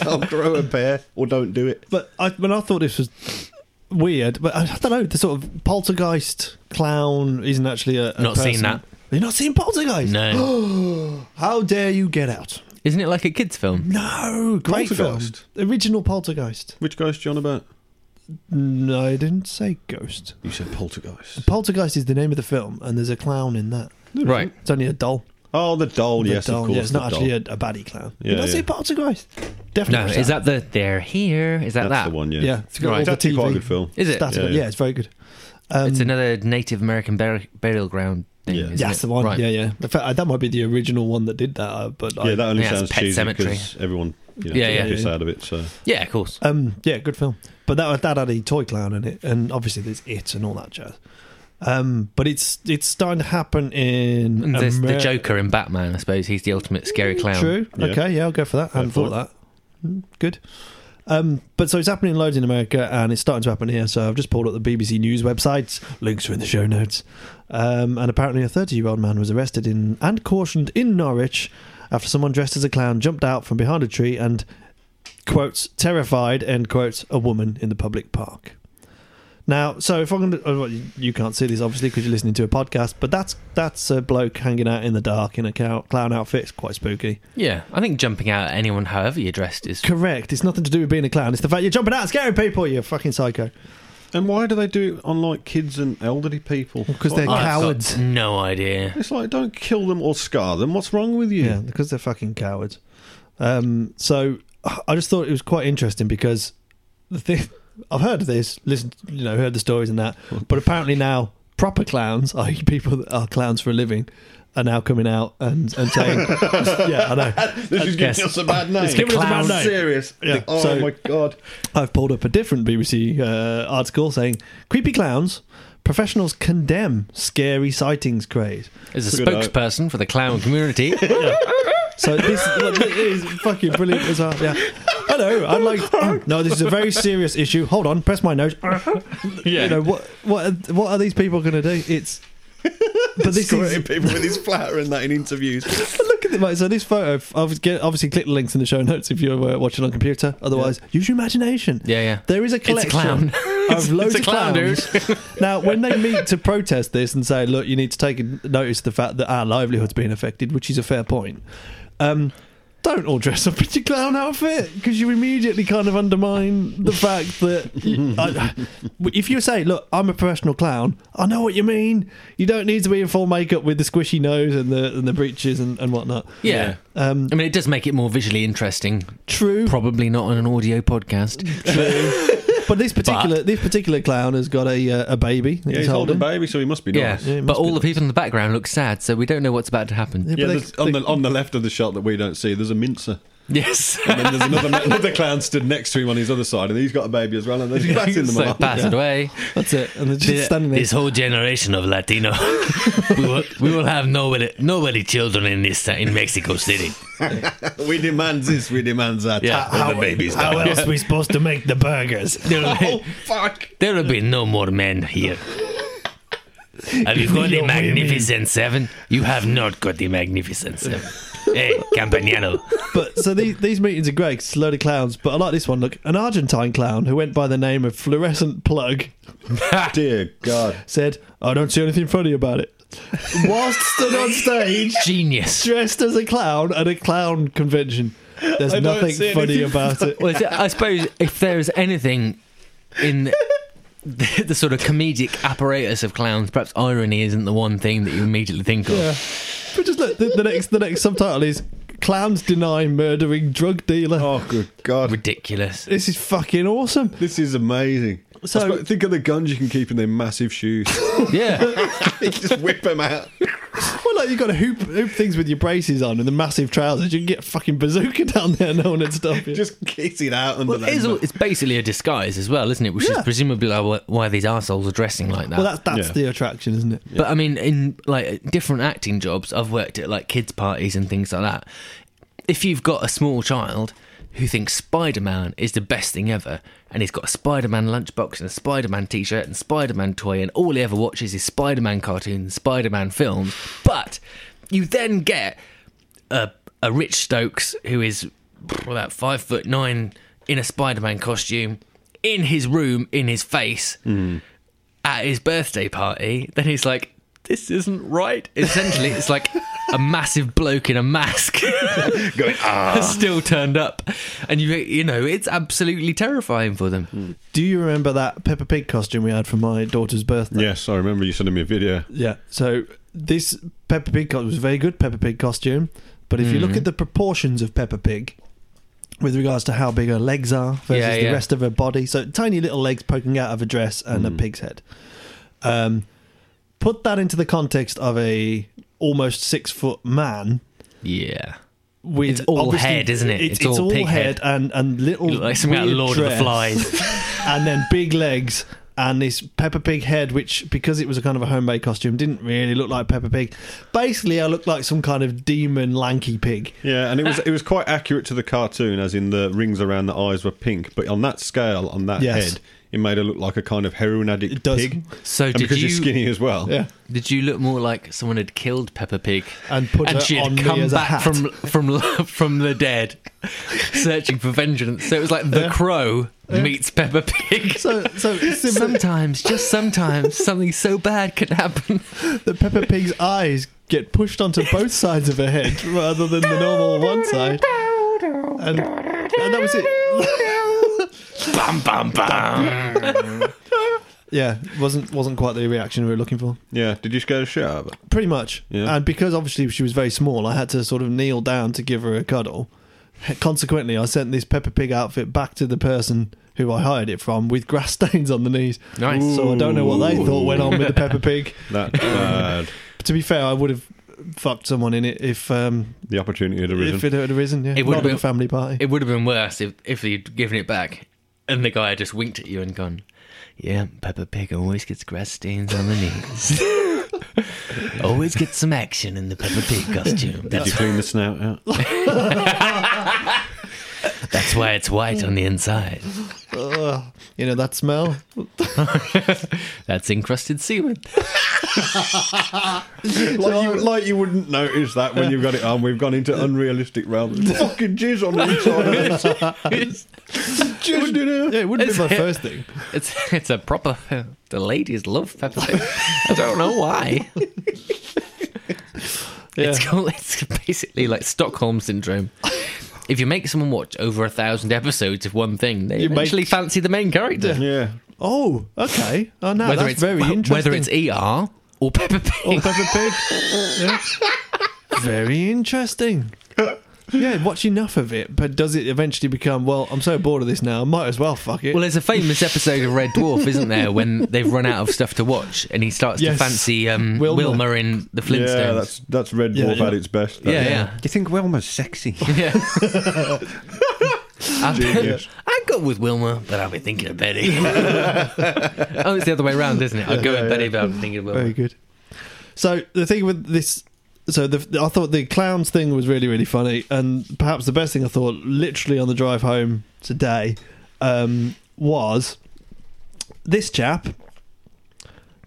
I'll grow a pair or don't do it. But I, when I thought this was weird, but I, I don't know the sort of poltergeist clown isn't actually a, a Not seen person. that. You're not seeing poltergeist. No, How dare you get out? isn't it like a kids' film? No, great film. Poltergeist? Original poltergeist. Which ghost John about? No, I didn't say ghost. You said poltergeist. Poltergeist is the name of the film, and there's a clown in that. Right. It's only a doll. Oh, the doll. The yes, doll, of course. Yeah, it's the not doll. actually a, a baddie clown. Yeah, you not yeah. see Poltergeist. No, Definitely. is that the they're here? Is that That's that? the one. Yeah. Yeah, it's got Right. all It's the actually TV. quite a good film. Is it? That's Yeah, good. yeah. yeah, it's very good. Um, it's another Native American burial, burial ground thing. Yeah. isn't that's it? the one. Right. Yeah, yeah. In fact, that might be the original one that did that. uh, But I, Yeah, that only Yeah, it's sounds Pet cheesy Sematary. because everyone you know, Yeah, yeah, yeah. gets out of it. So Yeah, of course. Um, yeah, good film. But that that had a toy clown in it, and obviously there's it and all that jazz. Um, but it's it's starting to happen in And there's the Amer- Joker in Batman, I suppose. He's the ultimate scary clown. uh, Mm, True. Yeah. Okay. Yeah, I'll go for that. I hadn't for thought of that. Mm, Good. Um, but so it's happening loads in America and it's starting to happen here. So I've just pulled up the BBC News website. Links are in the show notes. Um, and apparently, a 30 year old man was arrested in and cautioned in Norwich after someone dressed as a clown jumped out from behind a tree and, quotes, terrified, end quotes, a woman in the public park. Now, so if I'm going to, well, you- you can't see this obviously because you're listening to a podcast, but that's that's a bloke hanging out in the dark in a cow, clown outfit. It's quite spooky. Yeah, I think jumping out at anyone, however you're dressed, is Correct. It's nothing to do with being a clown. It's the fact you're jumping out, scaring people. You're fucking psycho. And why do they do it on like kids and elderly people? 'cause they're Like, ah, I've got cowards. no idea. It's like don't kill them or scar them. What's wrong with you? Yeah, because they're fucking cowards. Um, so I just thought it was quite interesting because the thing I've heard of this, listened, you know, heard the stories and that, but apparently now proper clowns, i.e., people that are clowns for a living, are now coming out and, and saying, "Yeah, I know." This is giving Yes. us a bad name. It's giving us a bad Clown. name. Serious. Yeah. Oh So- my god. I've pulled up a different BBC uh, article saying, "Creepy clowns." Professionals condemn scary sightings craze. As a Good eye. spokesperson for the clown community, So this, look, this is fucking brilliant as well. Yeah. Hello, I'd like. No, this is a very serious issue. Hold on, press my nose. yeah, You know what? What? Are, what are these people going to do? It's. But this Squirting is. people with his flatter and that in interviews. But look at the right, so this photo. Obviously, get- obviously, click the links in the show notes if you're uh, watching on computer. Otherwise, use your imagination. yeah, yeah. There is a It's a collection clown. of it's loads a of clown, clowns. now, when they meet to protest this and say, "Look, you need to take notice of the fact that our livelihood's being affected," which is a fair point. Um, don't all dress up in your clown outfit because you immediately kind of undermine the fact that you- I- if you say, "Look, I'm a professional clown," I know what you mean. You don't need to be in full makeup with the squishy nose and the and the breeches and, and whatnot. Yeah. Um, I mean, it does make it more visually interesting. true. Probably not on an audio podcast. But this particular this particular clown has got a uh, a baby. that Yeah, he's holding baby, so he must be Yeah, nice. Yeah, it but must all be the people in the background look sad, so we don't know what's about to happen. Yeah, Yeah, but they- there's- on the on the left of the shot that we don't see, there's a mincer. Yes. And then there's another ma- another clown stood next to him on his other side, and he's got a baby as well, and he's patting them so on. passed away. That's it. And they're just Th- standing there. This whole generation of Latino, we, will, we will have nobody, nobody children in this uh, in Mexico City. We demand this, we demand that. Yeah. How the baby's How else are we supposed to make the burgers? There will, Oh be, fuck! there will be no more men here. Have you got the Yo, what do you mean? Magnificent Seven? You have not got the Magnificent Seven. hey, Campagnano. But so these, these meetings are great. 'cause It's a load of clowns. But I like this one. Look, an Argentine clown who went by the name of Fluorescent Plug Dear God. said, "I don't see anything funny about it." Whilst stood on stage Genius. dressed as a clown at a clown convention, there's I don't nothing see funny anything about it. Well, it's- I suppose if there is anything in the, the sort of comedic apparatus of clowns, perhaps irony isn't the one thing that you immediately think of. Yeah. But just look, the, the next the next subtitle is "Clowns Deny Murdering Drug Dealer." Oh, good God. Ridiculous. This is fucking awesome. This is amazing. So- So, think of the guns you can keep in their massive shoes. Yeah. you just whip them out. Well, like you got to hoop, hoop things with your braces on and the massive trousers. You can get a fucking bazooka down there, no one would stop you. Just kiss it out under Well, them. it is, all- it's basically a disguise as well, isn't it? Which Yeah. is presumably like wh- why these assholes are dressing like that. well, that's that's Yeah. the attraction, isn't it? But I mean, in like different acting jobs, I've worked at like kids' parties and things like that. If you've got a small child who thinks Spider Man is the best thing ever, and he's got a Spider Man lunchbox and a Spider Man t shirt and Spider Man toy, and all he ever watches is Spider Man cartoons, Spider Man films, but you then get a, a Rich Stokes who is about five foot nine in a Spider Man costume in his room, in his face at his birthday party, then he's like, this isn't right. Essentially, it's like a massive bloke in a mask Going, ah. has still turned up. And you you know, it's absolutely terrifying for them. Do you remember that Peppa Pig costume we had for my daughter's birthday? Yes, I remember you sending me a video. Yeah. So this Peppa Pig costume was a very good Peppa Pig costume, but if you Mm-hmm. look at the proportions of Peppa Pig with regards to how big her legs are versus Yeah, the yeah. rest of her body, so tiny little legs poking out of a dress and Mm. a pig's head. Um, put that into the context of a almost six foot man. Yeah. with It's all obviously- head, isn't it? It's, It's all all pig head, head. and and little You look like some kind of weird Lord of the dress, Flies. and then big legs and his Peppa Pig head, which because it was a kind of a homemade costume, didn't really look like Peppa Pig. Basically, I looked like some kind of demon lanky pig. Yeah, and it was it was quite accurate to the cartoon, as in the rings around the eyes were pink. But on that scale, on that Yes. head, it made her look like a kind of heroin addict It does. pig. So and did because you? she's skinny as well. Yeah, Did you look more like someone had killed Peppa Pig And put her she had on me come as a back hat? from from from the dead, searching for vengeance? So it was like the Crow meets Peppa Pig. so so similar. sometimes, just sometimes, something so bad can happen. the Peppa Pig's eyes get pushed onto both sides of her head rather than the normal one side. And, and that was it. Bam, bam, bam. yeah, wasn't wasn't quite the reaction we were looking for. Yeah. Did you scare the shit out of her? Pretty much. Yeah. And because obviously she was very small, I had to sort of kneel down to give her a cuddle. Consequently, I sent this Peppa Pig outfit back to the person who I hired it from with grass stains on the knees. Nice. So I don't know what they thought went on with the Peppa Pig. That uh, bad. to be fair, I would have fucked someone in it if um, The opportunity had arisen. if it had arisen. Yeah. It would Not have at a been- family party. It would have been worse if if he'd given it back, and the guy had just winked at you and gone, "Yeah, Peppa Pig always gets grass stains on the knees." Always gets some action in the Peppa Pig costume. Did you That's, clean the snout out? that's why it's white on the inside. Ugh. you know that smell. That's encrusted semen. like, you, like you wouldn't notice that when you've got it on. We've gone into unrealistic realms. Fucking jizz on the inside. of it. It's, Jizz, you know. Yeah, it wouldn't be It's- my first thing. it's it's a proper. The ladies love Peppa Pig. I don't know why. Yeah. It's called. It's basically like Stockholm syndrome. If you make someone watch over a thousand episodes of one thing, they You make- eventually fancy the main character. Yeah. Oh, okay. Oh no, that's it's very wh- interesting. Whether it's ER or Peppa Pig. or Peppa Pig. Yeah. Very interesting. Yeah, watch enough of it, but does it eventually become? Well, I'm so bored of this now. I might as well fuck it. Well, there's a famous episode of Red Dwarf, isn't there, when they've run out of stuff to watch and he starts Yes. to fancy um, Wilma. Wilma. in the Flintstones. Yeah, that's that's Red Yeah, Dwarf yeah. at its best. yeah, That- yeah. You think Wilma's sexy? Yeah. I, Genius. I go with Wilma, but I'll be thinking of Betty. oh, it's the other way around, isn't it? I'll go with Betty, but I'll be thinking of Wilma. very good. So the thing with this, so the I thought the clowns thing was really really funny, and perhaps the best thing I thought, literally on the drive home today, um, was this chap.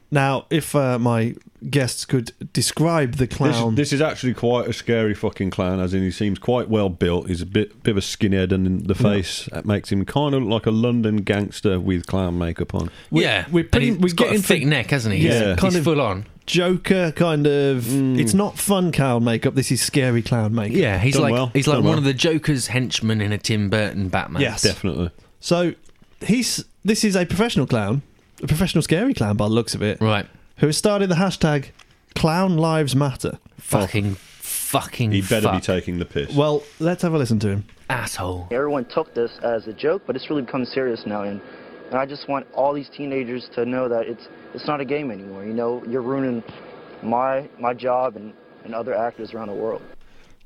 Now, if uh, my guests could describe the This, clown, this is actually quite a scary fucking clown, as in he seems quite well built. He's a bit bit of a skinhead, and in the face that makes him kind of look like a London gangster with clown makeup on. We- yeah, we And pretty- he's we got get a into- thick neck, hasn't he? He's- Yeah. he's, Kind of- full on. Joker kind of. It's not fun clown makeup. This is scary clown makeup. Mm. Yeah, he's Done like well, he's like done one well. of the Joker's henchmen in a Tim Burton Batman. Yes. Definitely. So he's this is a professional clown, a professional scary clown by the looks of it, right. who has started the hashtag Clown Lives Matter. Fucking, fucking. He better be fuck. taking the piss. Well, let's have a listen to him. asshole. Everyone took this as a joke, but it's really become serious now, and, and I just want all these teenagers to know that it's it's not a game anymore. You know, you're ruining my my job and, and other actors around the world.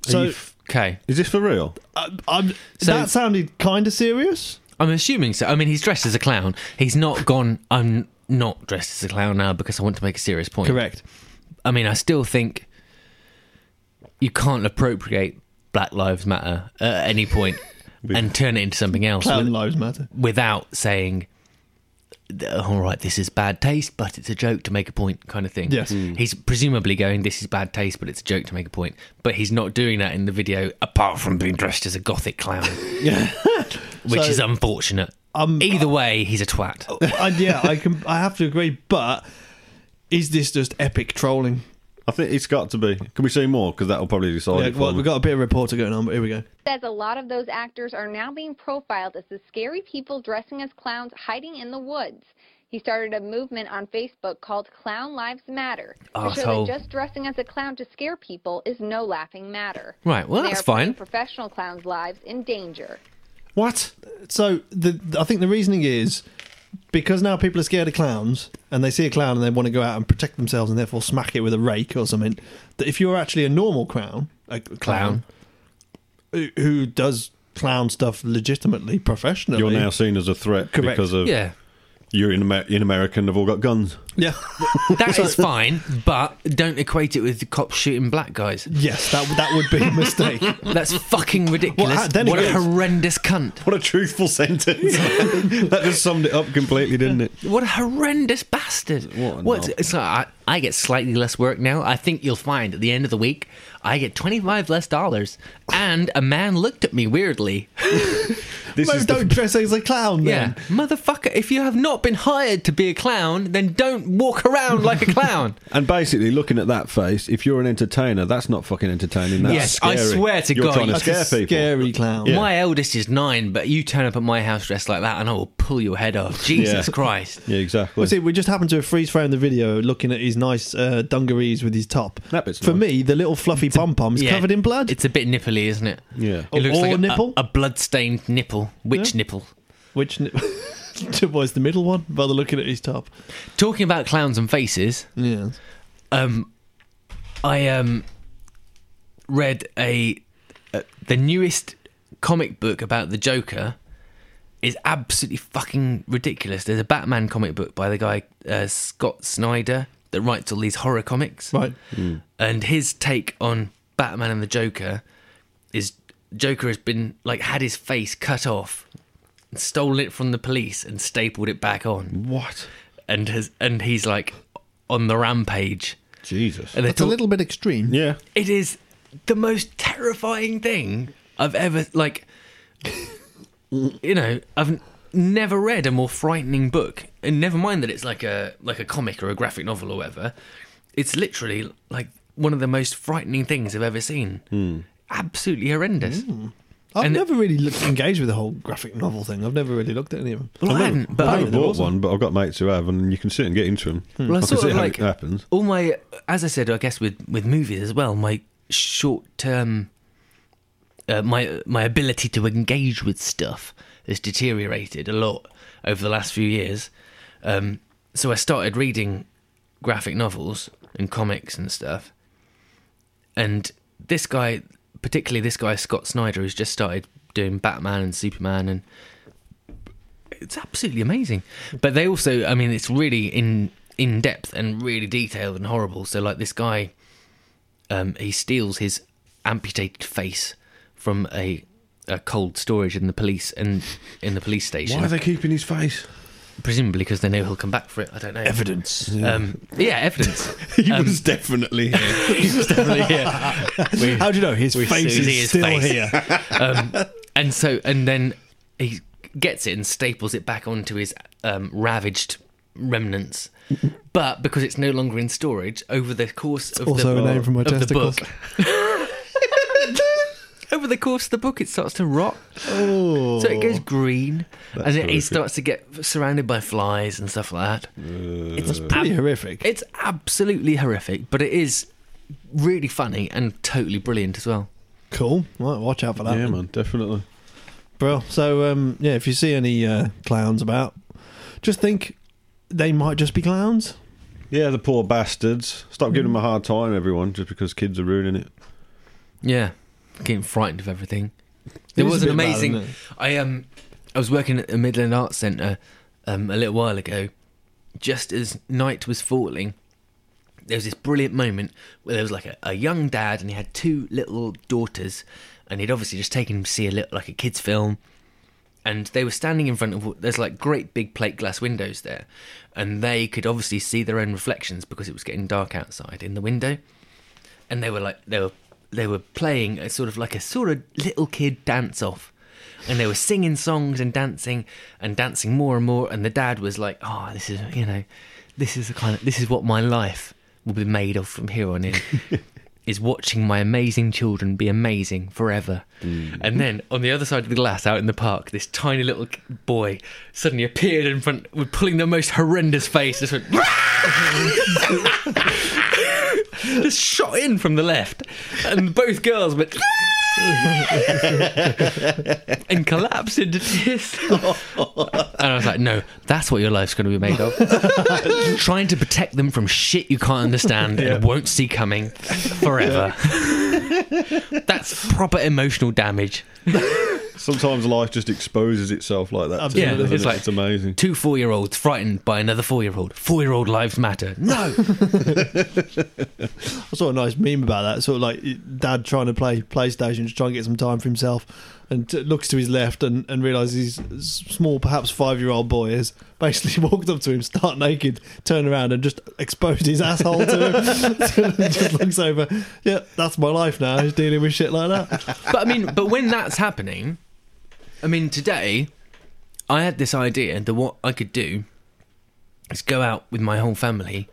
So Okay, is this for real? I- I'm- So- that sounded kind of serious. I'm assuming so. I mean, he's dressed as a clown. He's not gone. I'm not dressed as a clown now because I want to make a serious point. Correct. I mean, I still think you can't appropriate Black Lives Matter at any point and turn it into something else Clown with- Lives Matter. without saying, "All right, this is bad taste, but it's a joke to make a point," kind of thing. Yes. Mm. he's presumably going, "This is bad taste, but it's a joke to make a point." But he's not doing that in the video, apart from being dressed as a gothic clown, Yeah. which So- um, Oh. is unfortunate. Either way, he's a twat. and yeah, I can. I have to agree. But is this just epic trolling? I think it's got to be. Can we see more? Because that'll probably decide. Yeah, it for well, me. we've got a bit of reporter going on, but here we go. says a lot of those actors are now being profiled as the scary people dressing as clowns hiding in the woods. He started a movement on Facebook called Clown Lives Matter to show Asshole. that just dressing as a clown to scare people is no laughing matter. Right, well, They that's are putting fine. Professional clowns' lives in danger. What? So the I think the reasoning is because now people are scared of clowns and they see a clown and they want to go out and protect themselves and therefore smack it with a rake or something. That if you're actually a normal clown, a clown, Clown. who, who does clown stuff legitimately professionally, You're now seen as a threat Correct. Oh. because of Yeah. you're in, Amer- in America and they've all got guns. Yeah. That is fine, but don't equate it with cops shooting black guys. yes, that that would be a mistake. That's fucking ridiculous. Well, uh, then what a again- horrendous cunt. What a truthful sentence. that just summed it up completely, didn't it? What a horrendous bastard. What a knob. it's like, I, I get slightly less work now. I think you'll find at the end of the week, I get 25 less dollars. And a man looked at me weirdly. This Mo, is the- don't dress as a clown. Yeah. Then. Motherfucker, if you have not been hired to be a clown, then don't walk around like a clown. and basically, looking at that face, if you're an entertainer, that's not fucking entertaining. That's Yes, I scary. swear to you're God, trying to that's scare a people. scary clown. My eldest is nine, but you turn up at my house dressed like that and I will pull your head off. Jesus Yeah. Christ. Yeah, exactly. Well, see, we just happened to have freeze framed the video looking at his nice uh, dungarees with his top. That bit's For nice. me, the little fluffy pom pom's Yeah. covered in blood. It's a bit nipply, isn't it? Yeah. It looks Or like a, nipple? a, a blood-stained nipple. Which Yeah. nipple? Which n- was the middle one by the looking at his top. Talking about clowns and faces, Yeah. um, I um read a uh, the newest comic book about the Joker is absolutely fucking ridiculous. There's a Batman comic book by the guy uh, Scott Snyder that writes all these horror comics. Right. Mm. and his take on Batman and the Joker is Joker has been like had his face cut off, stole it from the police and stapled it back on, what? and has and he's like on the rampage. Jesus. And they're It's a talk- little bit extreme. Yeah. it is the most terrifying thing I've ever like. you know, I've never read a more frightening book, and never mind that it's like a like a comic or a graphic novel or whatever. It's literally like one of the most frightening things I've ever seen. Absolutely horrendous. I've And- never really looked, engaged with the whole graphic novel thing. I've never really looked at any of them. Well, I, hadn't, but I I, haven't bought one, but I've got mates who have, and you can sit and get into them. Well, I I can sort see of how like- it happens. all my, as I said, I guess with with movies as well, my short term, uh, my my ability to engage with stuff has deteriorated a lot over the last few years. Um, so I started reading graphic novels and comics and stuff, and this guy, particularly this guy Scott Snyder, who's just started doing Batman and Superman and it's absolutely amazing. But they also, I mean, it's really in in depth and really detailed and horrible. So like this guy, um, he steals his amputated face from a, a cold storage in the police and in the police station, Why are they keeping his face? presumably because they know he'll come back for it. I don't know. Evidence. Um, yeah, evidence. He was definitely here. How do you know? His face see is his still face. here. um, and so and then he gets it and staples it back onto his um, ravaged remnants but because it's no longer in storage over the course of also the, a name from my of the book testicles. over the course of the book it starts to rot Oh. so it goes green and it, it horrific. starts to get surrounded by flies and stuff like that Uh. it's Pretty ab- horrific. it's absolutely horrific but it is really funny and totally brilliant as well Cool. Right, watch out for that. Yeah, man, definitely. Bro, so um, yeah, if you see any uh, clowns about, just think they might just be clowns. Yeah, the poor bastards. Stop giving them a hard time, everyone, just because kids are ruining it. Yeah, getting frightened of everything. There is a was an bit bad, amazing. isn't it? I um, I was working at the Midland Arts Centre um, a little while ago. Just as night was falling, there was this brilliant moment where there was like a, a young dad and he had two little daughters, and he'd obviously just taken him to see a little like a kids film, and they were standing in front of there's like great big plate glass windows there, and they could obviously see their own reflections because it was getting dark outside in the window and they were like they were they were playing a sort of like a sort of little kid dance off and they were singing songs and dancing and dancing more and more and the dad was like oh this is you know this is the kind of this is what my life will be made of from here on in is watching my amazing children be amazing forever and then on the other side of the glass out in the park this tiny little k- boy suddenly appeared in front with pulling the most horrendous face just went just shot in from the left, and both girls went and collapsed into tears. and I was like, "No, that's what your life's going to be made of." Trying to protect them from shit you can't understand and won't see coming forever. that's proper emotional damage. Sometimes life just exposes itself like that. to you, Yeah, doesn't it's it? like- it's amazing. Two four year olds frightened by another four year old. Four year old lives matter. No! I saw a nice meme about that. Sort of like dad trying to play PlayStation, just trying to get some time for himself, and t- looks to his left and, and realizes his small, perhaps five year old boy has basically walked up to him, start naked, turn around, and just exposed his asshole to him. So he just looks over. Yeah, that's my life now. He's dealing with shit like that. but I mean, but when that's happening, I mean, today I had this idea that what I could do is go out with my whole family.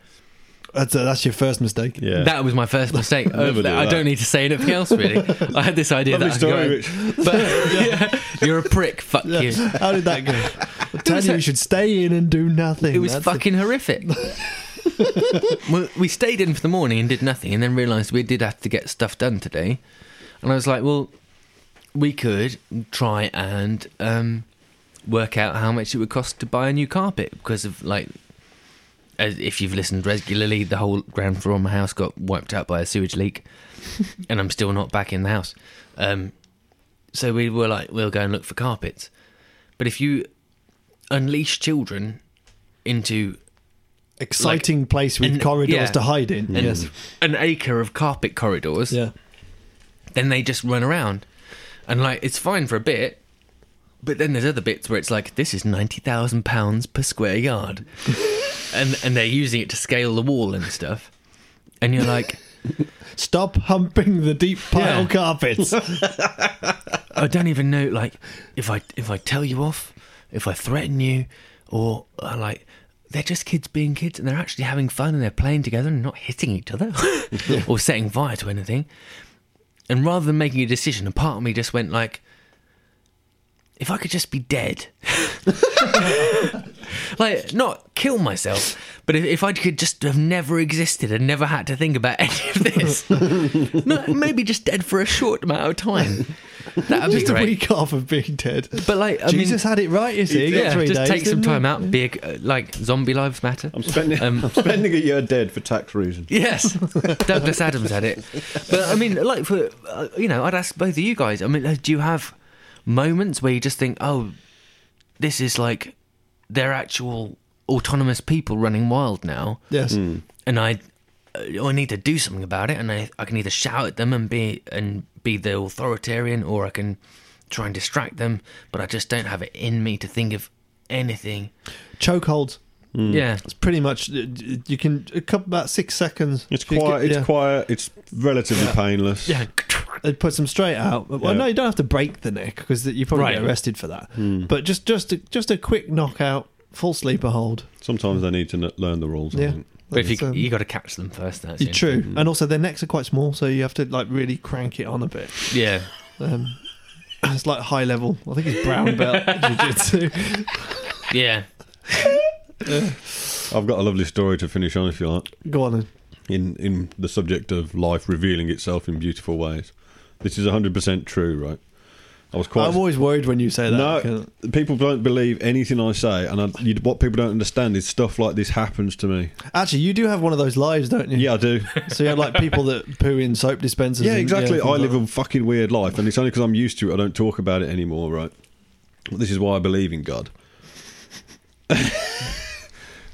That's uh, that's your first mistake. Yeah. That was my first mistake. Never do I that. don't need to say anything else, really. I had this idea that Lovely I could go story, out- Rich. But yeah, you're a prick. Fuck Yeah. you. How did that go? I tell was you, a- you should stay in and do nothing. It was That's the- fucking horrific. we, we stayed in for the morning and did nothing, and then realised we did have to get stuff done today. And I was like, well, we could try and um, work out how much it would cost to buy a new carpet because of like. As if you've listened regularly, the whole ground floor of my house got wiped out by a sewage leak, and I'm still not back in the house. Um, so we were like, we'll go and look for carpets. But if you unleash children into exciting place with And- corridors yeah. to hide in. an, yes. an acre of carpet corridors, Yeah. then they just run around. And like it's fine for a bit, but then there's other bits where it's like this is ninety thousand pounds per square yard, and and they're using it to scale the wall and stuff. And you're like, Stop humping the deep pile Yeah. carpets. I don't even know like if I if I tell you off, if I threaten you, or uh, like they're just kids being kids and they're actually having fun and they're playing together and not hitting each other or setting fire to anything. And rather than making a decision, a part of me just went like, if I could just be dead, like not kill myself, but if, if I could just have never existed and never had to think about any of this, no, maybe just dead for a short amount of time. That'd just be a great. week off of being dead. But like, I Jesus mean, had it right, you see. He got yeah, three just days, take some didn't time he? out. Be a, uh, like zombie lives matter. I'm spending, Um, I'm spending a year dead for tax reasons. Yes, Douglas Adams had it. But I mean, like for uh, you know, I'd ask both of you guys. I mean, uh, do you have moments where you just think, oh, this is like they're actual autonomous people running wild now, Yes. Hmm. and I. uh, I need to do something about it, and I, I can either shout at them and be and be the authoritarian, or I can try and distract them. But I just don't have it in me to think of anything. Chokeholds. Yeah, It's pretty much uh, you can a couple about six seconds. It's You quiet. get- It's yeah. quiet. It's relatively painless. yeah. They put some straight out. Well, Yeah. no, you don't have to break the neck because you probably get Right. arrested for that. Hmm. But just just a, just a quick knockout, full sleeper hold. Sometimes they need to kn- learn the rules. I Yeah. think. But if That's, you um, you got to catch them first, that's you're true, Hmm. and also their necks are quite small, so you have to like really crank it on a bit. Yeah. Um, it's like high level. I think it's brown belt jiu-jitsu. Yeah. I've got a lovely story to finish on, if you like. Go on. then. in in the subject of life revealing itself in beautiful ways. This is 100% true, right? I was quite I'm always worried when you say that. No, 'cause- people don't believe anything I say, and I, you, what people don't understand is stuff like this happens to me. Actually, you do have one of those lives, don't you? Yeah, I do. So you have like people that poo in soap dispensers. yeah, and- exactly. things I like live that. a fucking weird life, and it's only because I'm used to it. I don't talk about it anymore, right? This is why I believe in God.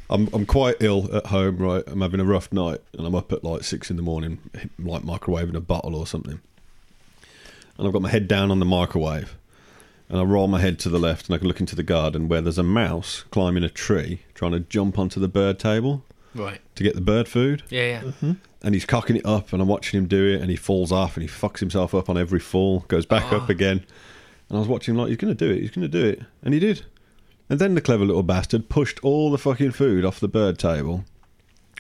I'm I'm quite ill at home, right? I'm having a rough night, and I'm up at like six in the morning, like microwaving a bottle or something. And I've got my head down on the microwave, and I roll my head to the left, and I can look into the garden where there's a mouse climbing a tree, trying to jump onto the bird table Right. to get the bird food Yeah, yeah. and he's cocking it up, and I'm watching him do it, and he falls off, and he fucks himself up on every fall, goes back up again, and I was watching him like he's going to do it, he's going to do it, and he did, and then the clever little bastard pushed all the fucking food off the bird table,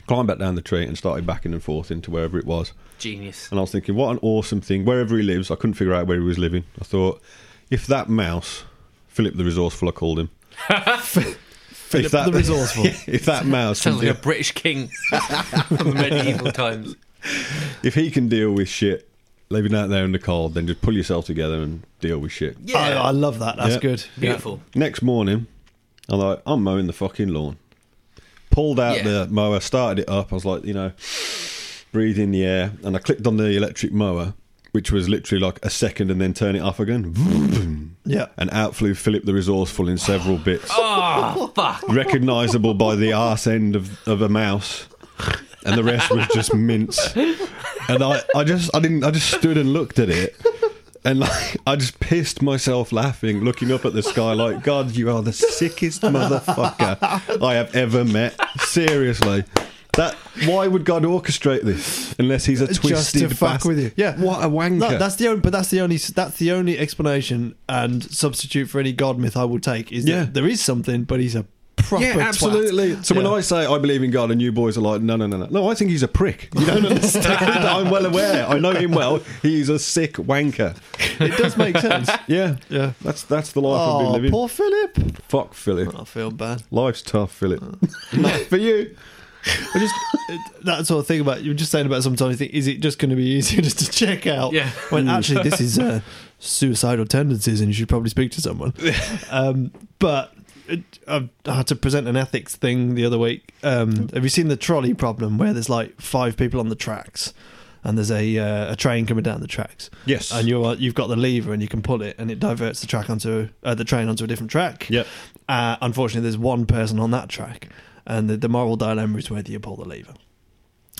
climbed back down the tree, and started backing and forth into wherever it was, Genius. and I was thinking, what an awesome thing. Wherever he lives, I couldn't figure out where he was living. I thought, if that mouse, Philip the resourceful, I called him. Philip the Resourceful. if that mouse, can Sounds like deal, a British king from medieval times. if he can deal with shit, living out there in the cold, then just pull yourself together and deal with shit. Yeah. I, I love that. That's Yeah. good. Beautiful. Next morning, I'm like, I'm mowing the fucking lawn. Pulled out Yeah. the mower, started it up. I was like, you know, breathe in the air, and I clicked on the electric mower, which was literally like a second and then turn it off again. Vroom. Yeah. And out flew Philip the Resourceful in several bits. Oh, fuck. Recognisable by the arse end of, of a mouse. And the rest was just mince. And I, I just I didn't I just stood and looked at it. And like I just pissed myself laughing, looking up at the sky like, God, you are the sickest motherfucker I have ever met. Seriously. That why would God orchestrate this unless he's a twisted Just to fuck bas- with you. Yeah, what a wanker. No, that's the only, but that's the only that's the only explanation and substitute for any god myth I will take is Yeah. that there is something, but he's a proper Yeah, absolutely. twat. So when Yeah. I say I believe in God, and you boys are like, no, no, no, no, no, I think he's a prick. You don't understand. I'm well aware. I know him well. He's a sick wanker. it does make sense. Yeah, Yeah. That's that's the life I've been oh, living. poor Philip. Fuck Philip. I feel bad. Life's tough, Philip. Not for you. I just it- that sort of thing about you were just saying about sometimes you think is it just going to be easier just to check out? Yeah. When actually this is uh, suicidal tendencies and you should probably speak to someone. um, but it, I had to present an ethics thing the other week. Um, have you seen the trolley problem where there's like five people on the tracks? And there's a uh, a train coming down the tracks. Yes. and you're uh, you've got the lever and you can pull it, and it diverts the track onto uh, the train onto a different track. Yep. Uh, unfortunately, there's one person on that track, and the, the moral dilemma is whether you pull the lever.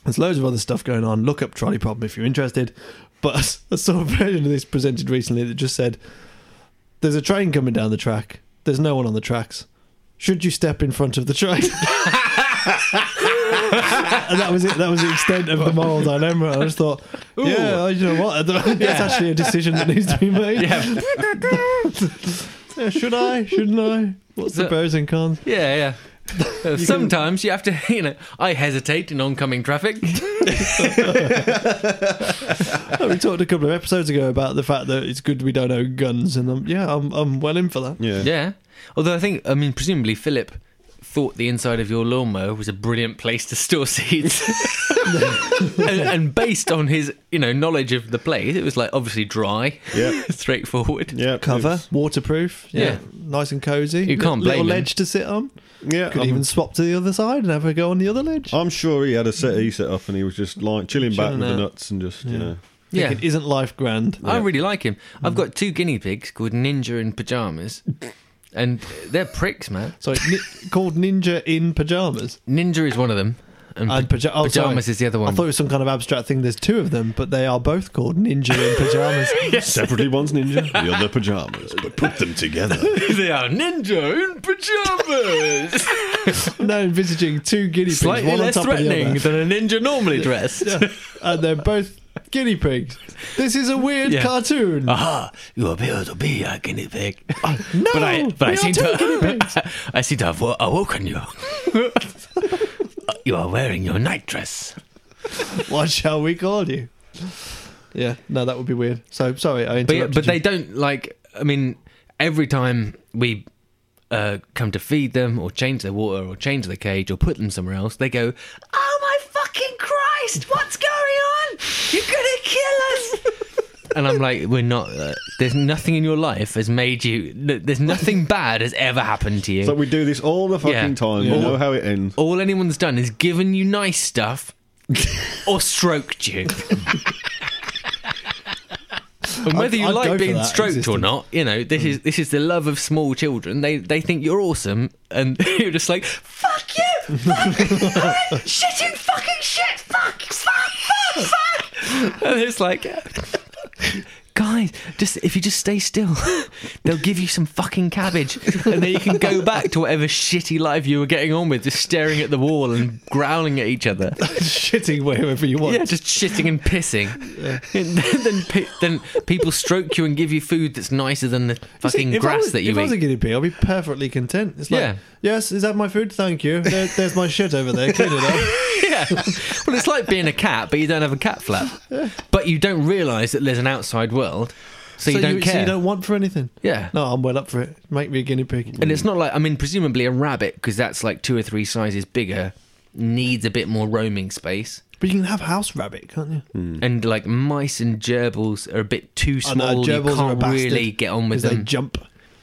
There's loads of other stuff going on. Look up trolley problem if you're interested. But I saw a version of this presented recently that just said, "There's a train coming down the track. There's no one on the tracks. Should you step in front of the train?" and that was it. That was the extent of the moral dilemma. I just thought, yeah, I- you know what? That's actually a decision that needs to be made. Yeah. Yeah, should I? Shouldn't I? What's the So- pros and cons? Yeah, yeah. Uh, Sometimes you have to, you know, I hesitate in oncoming traffic. Oh, we talked a couple of episodes ago about the fact that it's good we don't own guns, and um, yeah, I'm I'm well in for that. Yeah. yeah. Although I think, I mean, presumably Philip thought the inside of your lawnmower was a brilliant place to store seeds. and, and based on his, you know, knowledge of the place, it was like obviously dry, Yeah. straightforward. Yeah. Cover, it's- waterproof, yeah, Yeah. nice and cozy. You can't Little blame him. ledge to sit on. Yeah. Could I'm, even swap to the other side and have a go on the other ledge. I'm sure he had a settee set up and he was just like chilling, back Chilling with the out. nuts and just, you know. Yeah. Thinking, isn't life grand? I really like him. I've got two guinea pigs called Ninja in Pajamas, and they're pricks, man. Sorry, ni- called ninja in pajamas. Ninja is one of them, and, And pa- paja- oh, sorry. Pajamas is the other one. I thought it was some kind of abstract thing. There's two of them, but they are both called ninja in pajamas. Separately, one's ninja, the other pajamas, but put them together. they are Ninja in Pajamas! now envisaging two guinea pigs, Slightly one on less top of threatening the other, than a ninja normally dressed. and they're both guinea pigs. This is a weird Yeah. Uh, cartoon. Aha, you appear to be a guinea pig. no, But I, but I we are seem two guinea pigs. to, I seem to have wo- awoken you. you are wearing your nightdress. What shall we call you? Yeah, no, that would be weird. So sorry, I But, yeah, interrupted. but they you. don't like. I mean, every time we uh, come to feed them, or change their water, or change the cage, or put them somewhere else, they go, "Oh my fucking Christ! What's going on? You're gonna kill us!" and I'm like, "We're not. Uh, there's nothing in your life has made you. no- There's nothing bad has ever happened to you. So we do this all the fucking Yeah. time. Yeah. You know how it ends. All anyone's done is given you nice stuff." or stroked you. And whether you I'd go like for being that Mm. stroked or existence. not, you know this is this is the love of small children. They they think you're awesome, and you're just like fuck you, fuck, you, shit you fucking shit, fuck, fuck, fuck, fuck. And it's like, guys, just if you just stay still, they'll give you some fucking cabbage, and then you can go back to whatever shitty life you were getting on with, just staring at the wall and growling at each other. shitting wherever you want. Yeah, just shitting and pissing. And then, then, pe- then people stroke you and give you food that's nicer than the You see, fucking if I grass was- that if you I was a eat. guinea pig, I'd be perfectly content. It's like, Yeah. yes, is that my food? Thank you. There, there's my shit over there. Clean it up. yeah. Well, it's like being a cat, but you don't have a cat flap. But you don't realise that there's an outside world, so, you don't care. So you don't want for anything. Yeah. No, I'm well up for it. Make me a guinea pig. And it's not like I mean, presumably a rabbit because that's like two or three sizes bigger needs a bit more roaming space. But you can have house rabbit, can't you? And like mice and gerbils are a bit too Hmm. small. Oh, no, you gerbils are a can't bastard really get on with 'cause They them. jump.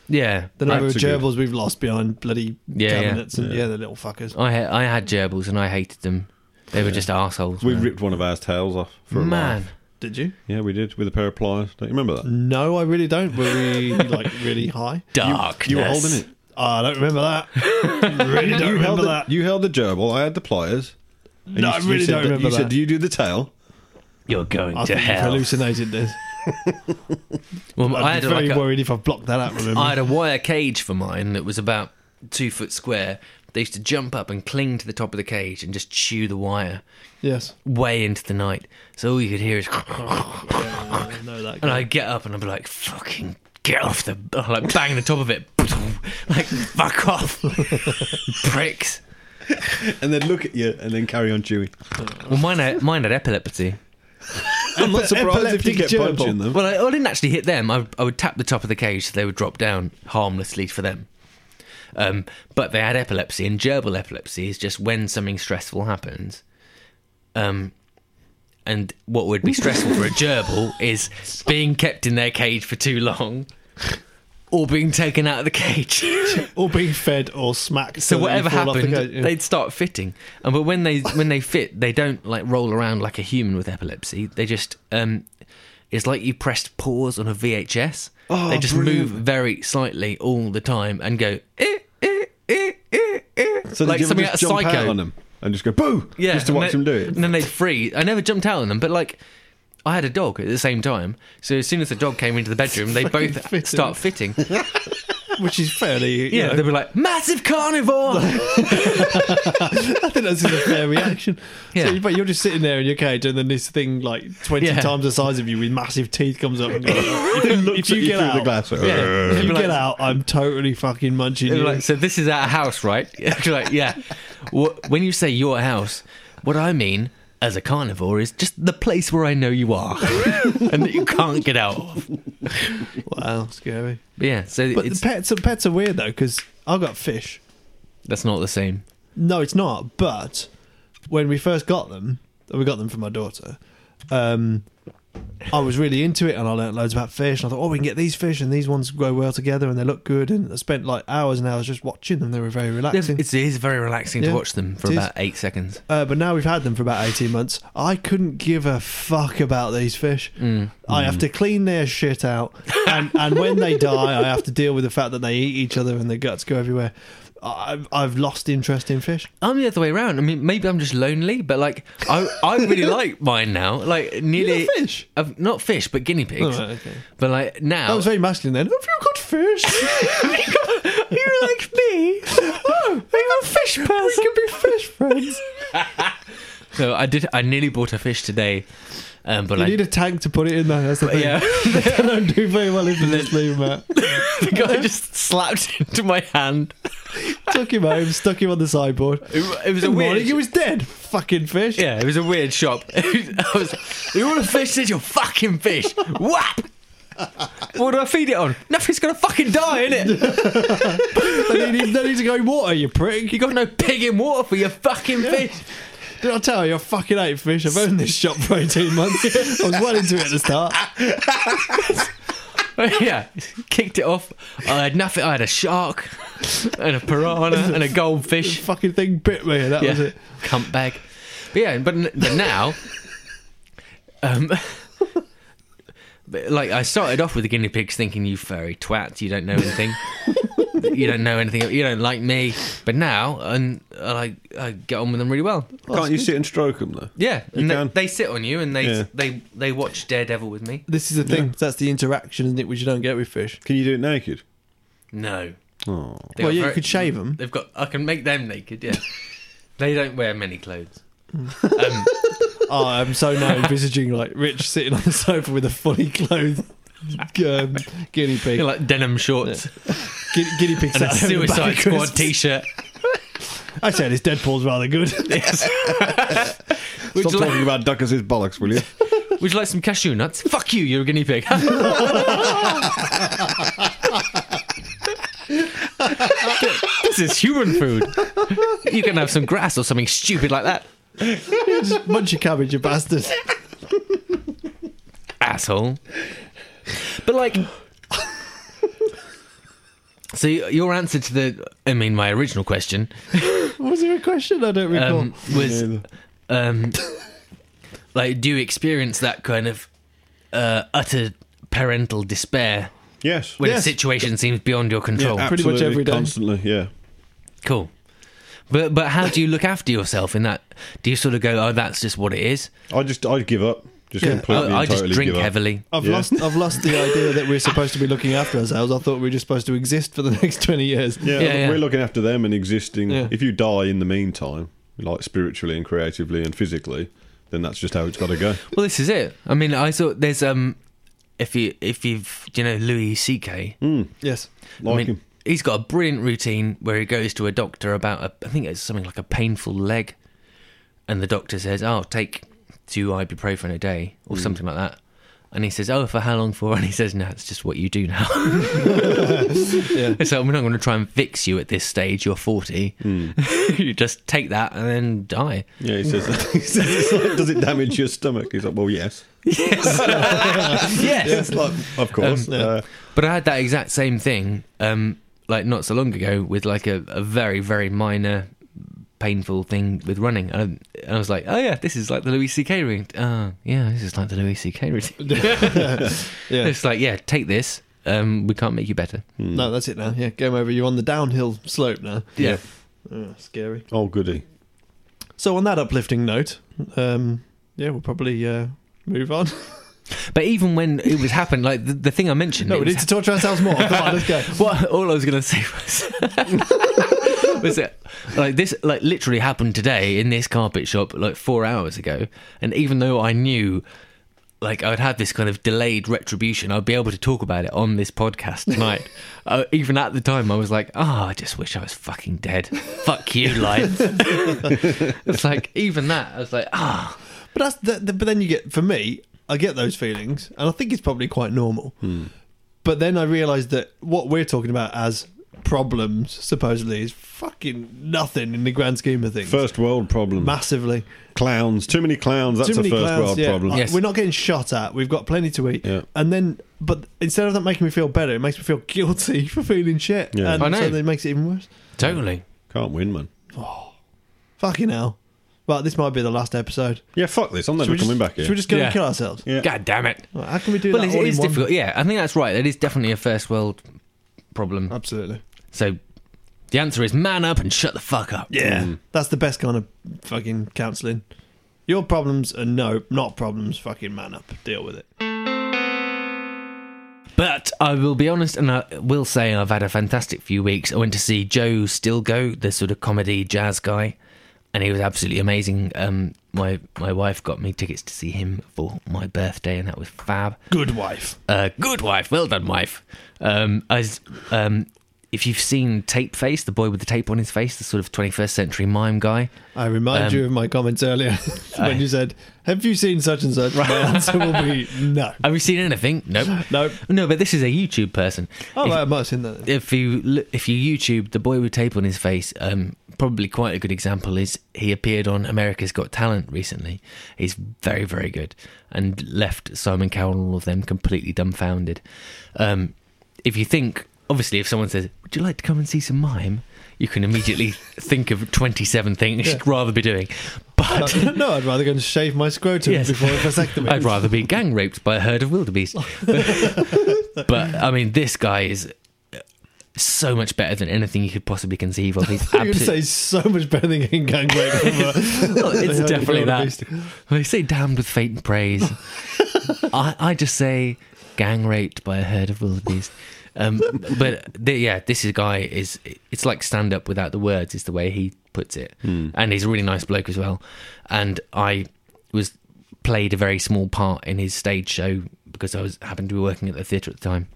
yeah. The number of Rats are good. gerbils we've lost behind bloody Yeah, yeah. cabinets and yeah. the little fuckers. I had, I had gerbils and I hated them. They were just assholes. We man. ripped one of our tails off for a man. laugh. Did you? Yeah, we did with a pair of pliers. Don't you remember that? No, I really don't. Were we like really high? Darkness. You were holding it. I don't remember that. you really don't held remember the, that. You held the gerbil. I had the pliers. And No, you, I you really said don't that- remember You said, that. "Do you do the tail?" You're going I to think you've hell. hallucinated this. Well, I'd I had be very like a- worried if I blocked that out. Remember? I had a wire cage for mine that was about two foot square. They used to jump up and cling to the top of the cage and just chew the wire yes. way into the night. So all you could hear is, I know that. and I'd get up and I'd be like, "Fucking get off the!" I'd, like bang the top of it, like fuck off, pricks. And then look at you, and then carry on chewing. Well, mine had, mine had epilepsy. I'm not Epileptic surprised if you get gerbil. punching them. Well, I, I didn't actually hit them. I, I would tap the top of the cage so they would drop down harmlessly for them. Um, but they had epilepsy, and gerbil epilepsy is just when something stressful happens. Um, and what would be stressful for a gerbil is being kept in their cage for too long or being taken out of the cage. Or being fed or smacked. so that you whatever fall off the happened, goat, yeah. they'd start fitting. And but when they when they fit, they don't like roll around like a human with epilepsy. They just um, it's like you pressed pause on a VHS. Oh, they just brilliant. move very slightly all the time and go. Eh, eh, eh, eh, eh," So like something did you ever just out of jump Psycho. out on them and just go boo? Yeah, just to watch and them they- do it. And then they'd freeze. I never jumped out on them, but like. I had a dog at the same time, so as soon as the dog came into the bedroom, they both fitting. start fitting. which is fairly. Yeah, Yeah, they'd be like, "Massive carnivore!" I think that's just a fair reaction. Yeah. So, but you're just sitting there in your cage, and then this thing like twenty Yeah. times the size of you with massive teeth comes up. And goes, if you, if So you you get threw out, the glass. at- Yeah. if you Like- get out, I'm totally fucking munching And you. they're like, so this is our house, right? You're like, yeah. What, when you say your house, what I mean as a carnivore is just the place where I know you are and that you can't get out of. wow, scary. But yeah, so But it's, the pets, are, pets are weird though because I got fish. that's not the same. No, it's not. But when we first got them, we got them for my daughter. Um, I was really into it, and I learnt loads about fish. And I thought, oh, we can get these fish, and these ones grow well together, and they look good. And I spent like hours and hours just watching them. They were very It's, relaxing. it is very relaxing Yeah, to watch them for it is. about eight seconds. Uh, but now we've had them for about 18 months. I couldn't give a fuck about these fish. I have to clean their shit out. And, and when they die, I have to deal with the fact that they eat each other and their guts go everywhere. I've, I've lost interest in fish. I'm the other way around. I mean, maybe I'm just lonely, but like, I, I really like mine now. Like, nearly. You got fish? I've- not fish, but guinea pigs. Oh, right, okay. But like, now. That was very masculine then. Have you got fish? you like me? Oh, I'm a fish person. We can be fish friends. so I did. I nearly bought a fish today, um, but you I, need a tank to put it in there. That's the thing. yeah, they don't do very well if you just leave them out. the guy just slapped it into my hand. Took him home, stuck him on the sideboard. It, wa- it was a Good weird. morning, he was dead. Fucking fish. yeah, it was a weird shop. I was, you want a fish? There's your fucking fish. Whap. What do I feed it on? Nothing's gonna fucking die, innit? They need, they need to go in water, you prick. You got no pig in water for your fucking fish. Did I tell you I fucking ate fish? I've owned this shop for 18 months. I was well into it at the start. yeah, kicked it off. I had nothing. I had a shark and a piranha and a goldfish. Fucking thing bit me and that was yeah. it. Cunt bag. But yeah, but, n- but now, um, but, like I started off with the guinea pigs, thinking you furry twat, you don't know anything, you don't know anything, you don't like me. But now, and I like I get on with them really well. Can't you sit and stroke them though? Yeah, and they, can. they sit on you and they Yeah. they they watch Daredevil with me. This is the thing. That's the interaction, isn't it, which you don't get with fish. Can you do it naked? No. Oh. They are well, yeah, you very- could shave them. They've got. I can make them naked. Yeah. they don't wear many clothes. um, Oh, I'm so now envisaging like Rich sitting on the sofa with a fully clothed um, guinea pig. they're like denim shorts Guinea, guinea pig and a sat over the Suicide back Squad of his- t-shirt. I said his Deadpool's rather good. Would Stop you, talking like, about Duckers' bollocks, will you? would you like some cashew nuts? Fuck you, you're a guinea pig. this is human food. You can have some grass or something stupid like that. Just munch your cabbage, you bastard. asshole. But like, so y- your answer to the, I mean, my original question Was there a question? I don't recall. um, was, um, like, do you experience that kind of uh, utter parental despair Yes. when Yes. a situation seems beyond your control. Pretty much Absolutely, every day. Constantly, yeah. cool. But but how do you look after yourself in that? Do you sort of go, oh, that's just what it is? Oh, I just, I give up. Just completely I, I and just totally drink give up. heavily. I've Yeah. lost I've lost the idea that we're supposed to be looking after ourselves. I thought we were just supposed to exist for the next twenty years. Yeah, Yeah, yeah. we're looking after them and existing. Yeah. If you die in the meantime, like spiritually and creatively and physically, then that's just how it's got to go. Well, this is it. I mean, I saw there's um, if you if you've do you know Louis C.K. Yes. Like I mean, him. he's got a brilliant routine where he goes to a doctor about a, I think it's something like a painful leg, and the doctor says, "Oh, take two ibuprofen a day Mm. or something like that." And he says, "Oh, for how long for?" And he says, "No, it's just what you do now." So we're not going to try and fix you at this stage. You're 40. Mm. you just take that and then die. Yeah, he says that. He says, it's like, does it damage your stomach? He's like, well, yes. yes. It's like, of course. Um, uh, But I had that exact same thing, um, like not so long ago, with like a, a very, very minor painful thing with running. And I, and I was like, oh yeah, this is like the Louis C.K. routine. Oh, yeah, this is like the Louis C.K. routine. Yeah. It's like, yeah, take this. Um, we can't make you better. No, that's it now. Yeah, game over. You're on the downhill slope now. Yeah. Oh, scary. oh, goody. So on that uplifting note, um, yeah, we'll probably uh, move on. But even when it was happened, like the, the thing I mentioned. no, it we was need to torture ourselves more. Come on, let's go. Well, all I was going to say was was that like this like literally happened today in this carpet shop like four hours ago, and even though I knew. Like I'd have this kind of delayed retribution. I'd be able to talk about it on this podcast tonight. uh, even at the time, I was like, "Ah, I just wish I was fucking dead. Fuck you, life." it's like even that. I was like, "Ah, But that's the, the, but then you get for me, I get those feelings, and I think it's probably quite normal. Hmm. But then I realised that what we're talking about as problems supposedly is fucking nothing in the grand scheme of things. First world problem. Massively, clowns. Too many clowns. That's too many a first clowns. world yeah. problem. Like, Yes. We're not getting shot at. We've got plenty to eat. Yeah. And then, but instead of that making me feel better, it makes me feel guilty for feeling shit. Yeah. And I know. so then it makes it even worse. totally." Can't win, man. Fucking hell. Well, this might be the last episode. Yeah, fuck this. I'm Should never we, coming just, back here. should we just go Yeah. and kill ourselves? Yeah. God damn it! Right, How can we do Well, that? it all in is one? difficult. Yeah, I think that's right. That is definitely a first world Oh, problem. Absolutely. So the answer is man up and shut the fuck up. Yeah, that's the best kind of fucking counselling. Your problems are no, not problems. Fucking man up, deal with it. But I will be honest and I will say I've had a fantastic few weeks. I went to see Joe Stilgo, the sort of comedy jazz guy, and he was absolutely amazing. Um, my my wife got me tickets to see him for my birthday, and that was fab. Good wife. Uh, good wife, well done, wife. Um, as um, if you've seen Tape Face, the boy with the tape on his face, the sort of 21st century mime guy. I remind Um, you of my comments earlier when I- you said, "Have you seen such and such?" My answer will be no. Have you seen anything? Nope. Nope. No, but this is a YouTube person. Oh, If- right, I might have seen that. if you look- if you YouTube the boy with tape on his face, um, probably quite a good example is he appeared on America's Got Talent recently. He's very very good and left Simon Cowell and all of them completely dumbfounded. Um, if you think obviously if someone says, "Would you like to come and see some mime?" You can immediately think of twenty seven things you'd rather be doing, but. No, no, I'd rather go and shave my scrotum Yes. before a vasectomy. I'd rather be gang raped by a herd of wildebeest. but I mean, this guy is so much better than anything you could possibly conceive of. He's You're going to say absolutely. so much better than getting gang raped. from a- it's Yeah, definitely you're a that. beast. They say damned with fate and praise. I, I just say gang raped by a herd of wildebeest. Um, but the, yeah, this is guy is it's like stand up without the words is the way he puts it, Hmm. and he's a really nice bloke as well. And I was played a very small part in his stage show because I was happened to be working at the theatre at the time.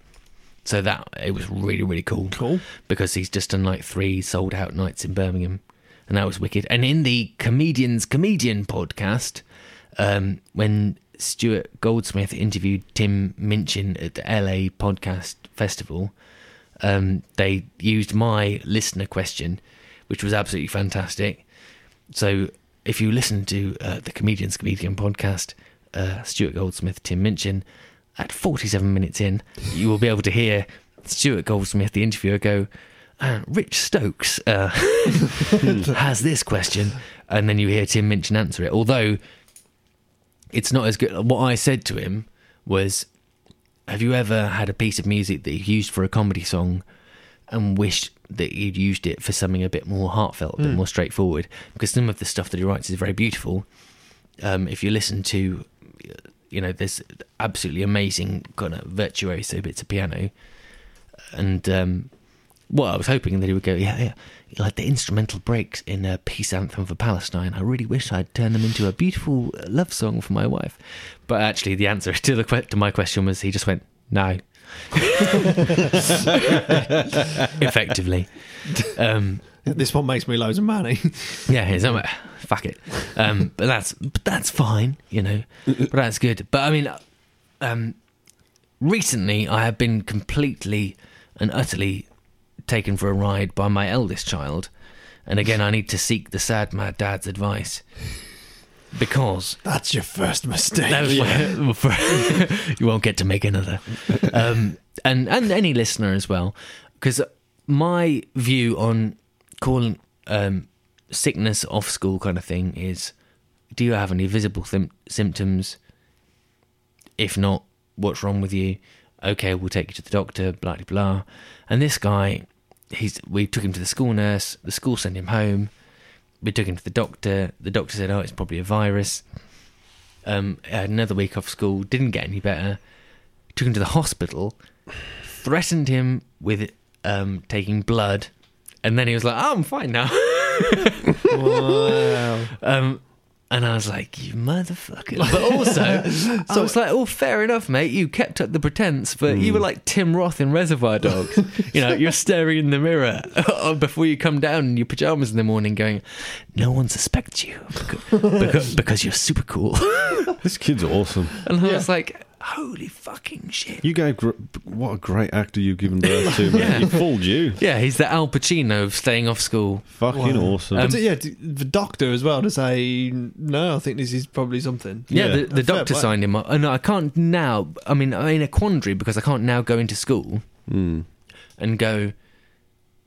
So that it was really really cool. Cool. because he's just done like three sold out nights in Birmingham, and that was wicked. And in the comedians comedian podcast, um, when Stuart Goldsmith interviewed Tim Minchin at the LA Podcast Festival, um, they used my listener question, which was absolutely fantastic. So if you listen to uh, the Comedians Comedian podcast, uh, Stuart Goldsmith, Tim Minchin, at 47 minutes in, you will be able to hear Stuart Goldsmith, the interviewer, go, uh, Rich Stokes uh, has this question. And then you hear Tim Minchin answer it. Although it's not as good. What I said to him was Have you ever had a piece of music that you used for a comedy song and wished that you'd used it for something a bit more heartfelt, a bit more straightforward? Because some of the stuff that he writes is very beautiful. Um, if you listen to, you know, there's absolutely amazing kind of virtuoso bits of piano. And um, well, I was hoping that he would go, yeah, yeah. Like the instrumental breaks in a peace anthem for Palestine. I really wish I'd turned them into a beautiful uh, love song for my wife. But actually, the answer to the que- to my question was he just went no. Effectively, um, This one makes me loads of money. yeah, he's um, fuck it. Um, but that's but that's fine, you know. But that's good. But I mean, um, recently I have been completely and utterly taken for a ride by my eldest child, and again I need to seek the sad mad dad's advice because That's your first mistake. that was my- um, for- you won't get to make another. Um, and and any listener as well, because my view on calling um, sickness off school kind of thing is: Do you have any visible thim- symptoms? If not, what's wrong with you? Okay, we'll take you to the doctor. Blah blah blah. And this guy, he's we took him to the school nurse. The school sent him home. We took him to the doctor. The doctor said, "Oh, it's probably a virus." um, had another week off school, didn't get any better, took him to the hospital, threatened him with um, taking blood, and then he was like, oh, I'm fine now. Um, and I was like, you motherfucker. But also, I was like, oh, fair enough, mate. You kept up the pretense, but you were like Tim Roth in Reservoir Dogs. you know, you're staring in the mirror before you come down in your pajamas in the morning going, no one suspects you because, because, because you're super cool. This kid's awesome. And I was like, holy fucking shit. You gave gr- what a great actor you've given birth to, man. He fooled you. Yeah, he's the Al Pacino of staying off school. Fucking Wow. awesome. But uh, yeah, t- the doctor as well to say no. I think this is probably something. Yeah, Yeah. the, the Fair doctor play. signed him up. And I can't now, I mean, I'm in a quandary because I can't now go into school Hmm. and go,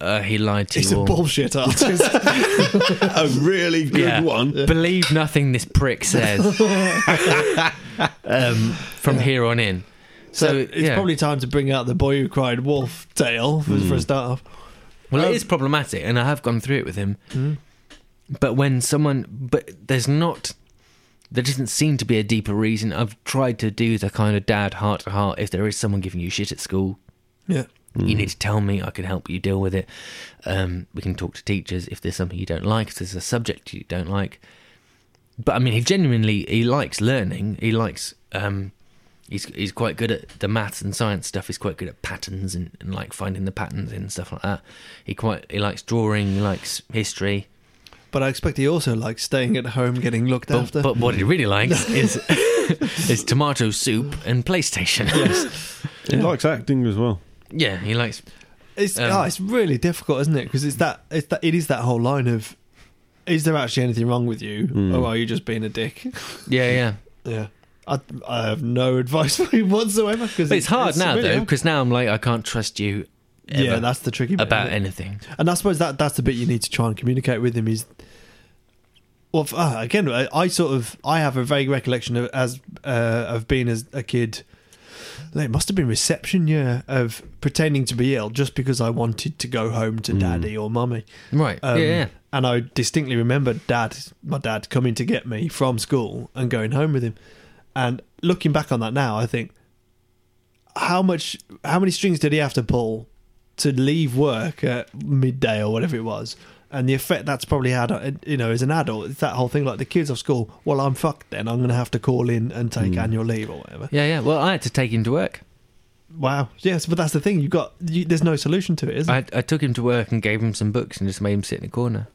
uh, he lied to He's you. a all. bullshit artist. a Oh, really good Yeah. Believe nothing this prick says um, from here on in. So, so it's yeah. probably time to bring out the boy who cried wolf tale for, Hmm. for a start off. Well, Um, it is problematic, and I have gone through it with him. But when someone, but there's not, there doesn't seem to be a deeper reason. I've tried to do the kind of dad heart to heart. If there is someone giving you shit at school, Yeah. you need to tell me. I can help you deal with it. Um, we can talk to teachers if there's something you don't like, if there's a subject you don't like. But I mean, he genuinely he likes learning. He likes. Um, he's he's quite good at the maths and science stuff. He's quite good at patterns and, and like finding the patterns and stuff like that. He quite he likes drawing. He likes history. But I expect he also likes staying at home, getting looked But, after. but what he really likes is is tomato soup and PlayStation. He likes acting as well. yeah, he likes It's Um, oh, it's really difficult, isn't it? Because it's that it's that it is that whole line of, is there actually anything wrong with you, Hmm. or are you just being a dick? yeah yeah. yeah, I I have no advice for you whatsoever. Because But it's hard now really though, hard. because now I'm like I can't trust you. Ever yeah, that's the tricky bit about isn't it? anything. And I suppose that that's the bit you need to try and communicate with him is. Well, f- uh, again, I, I sort of I have a vague recollection of as uh, of being as a kid. like, It must have been reception year of pretending to be ill just because I wanted to go home Hmm. to daddy or mummy. Right. Um, yeah, yeah. And I distinctly remember dad, my dad, coming to get me from school and going home with him. And looking back on that now, I think how much, how many strings did he have to pull to leave work at midday or whatever it was? And the effect that's probably had, uh, you know, as an adult, it's that whole thing like the kids off school. Well, I'm fucked then. I'm going to have to call in and take annual leave or whatever. Yeah, yeah. Well, I had to take him to work. Wow. Yes, but that's the thing. You got you, there's no solution to it, is there? I, I took him to work and gave him some books and just made him sit in a corner.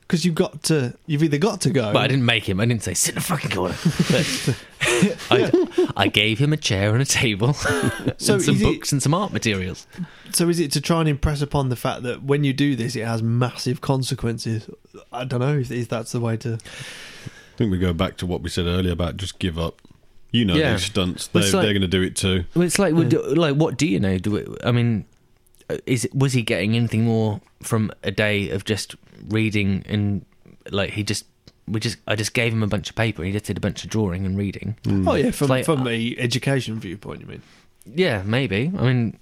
Because you've got to. You've either got to go. But I didn't make him. I didn't say sit in a fucking corner. But I, I gave him a chair and a table So and some is it- books and some art materials. So is it to try and impress upon the fact that when you do this, it has massive consequences? I don't know if, if that's the way to. I think we go back to what we said earlier about just give up. You know Yeah. these stunts. They, It's like- they're going to do it too. Well, it's like, would- like, what do you know? Do it, I mean, uh, is it, was he getting anything more from a day of just reading and like he just we just I just gave him a bunch of paper. He just did a bunch of drawing and reading. Oh yeah, from Like, uh, from a education viewpoint, you mean? Yeah, maybe. I mean,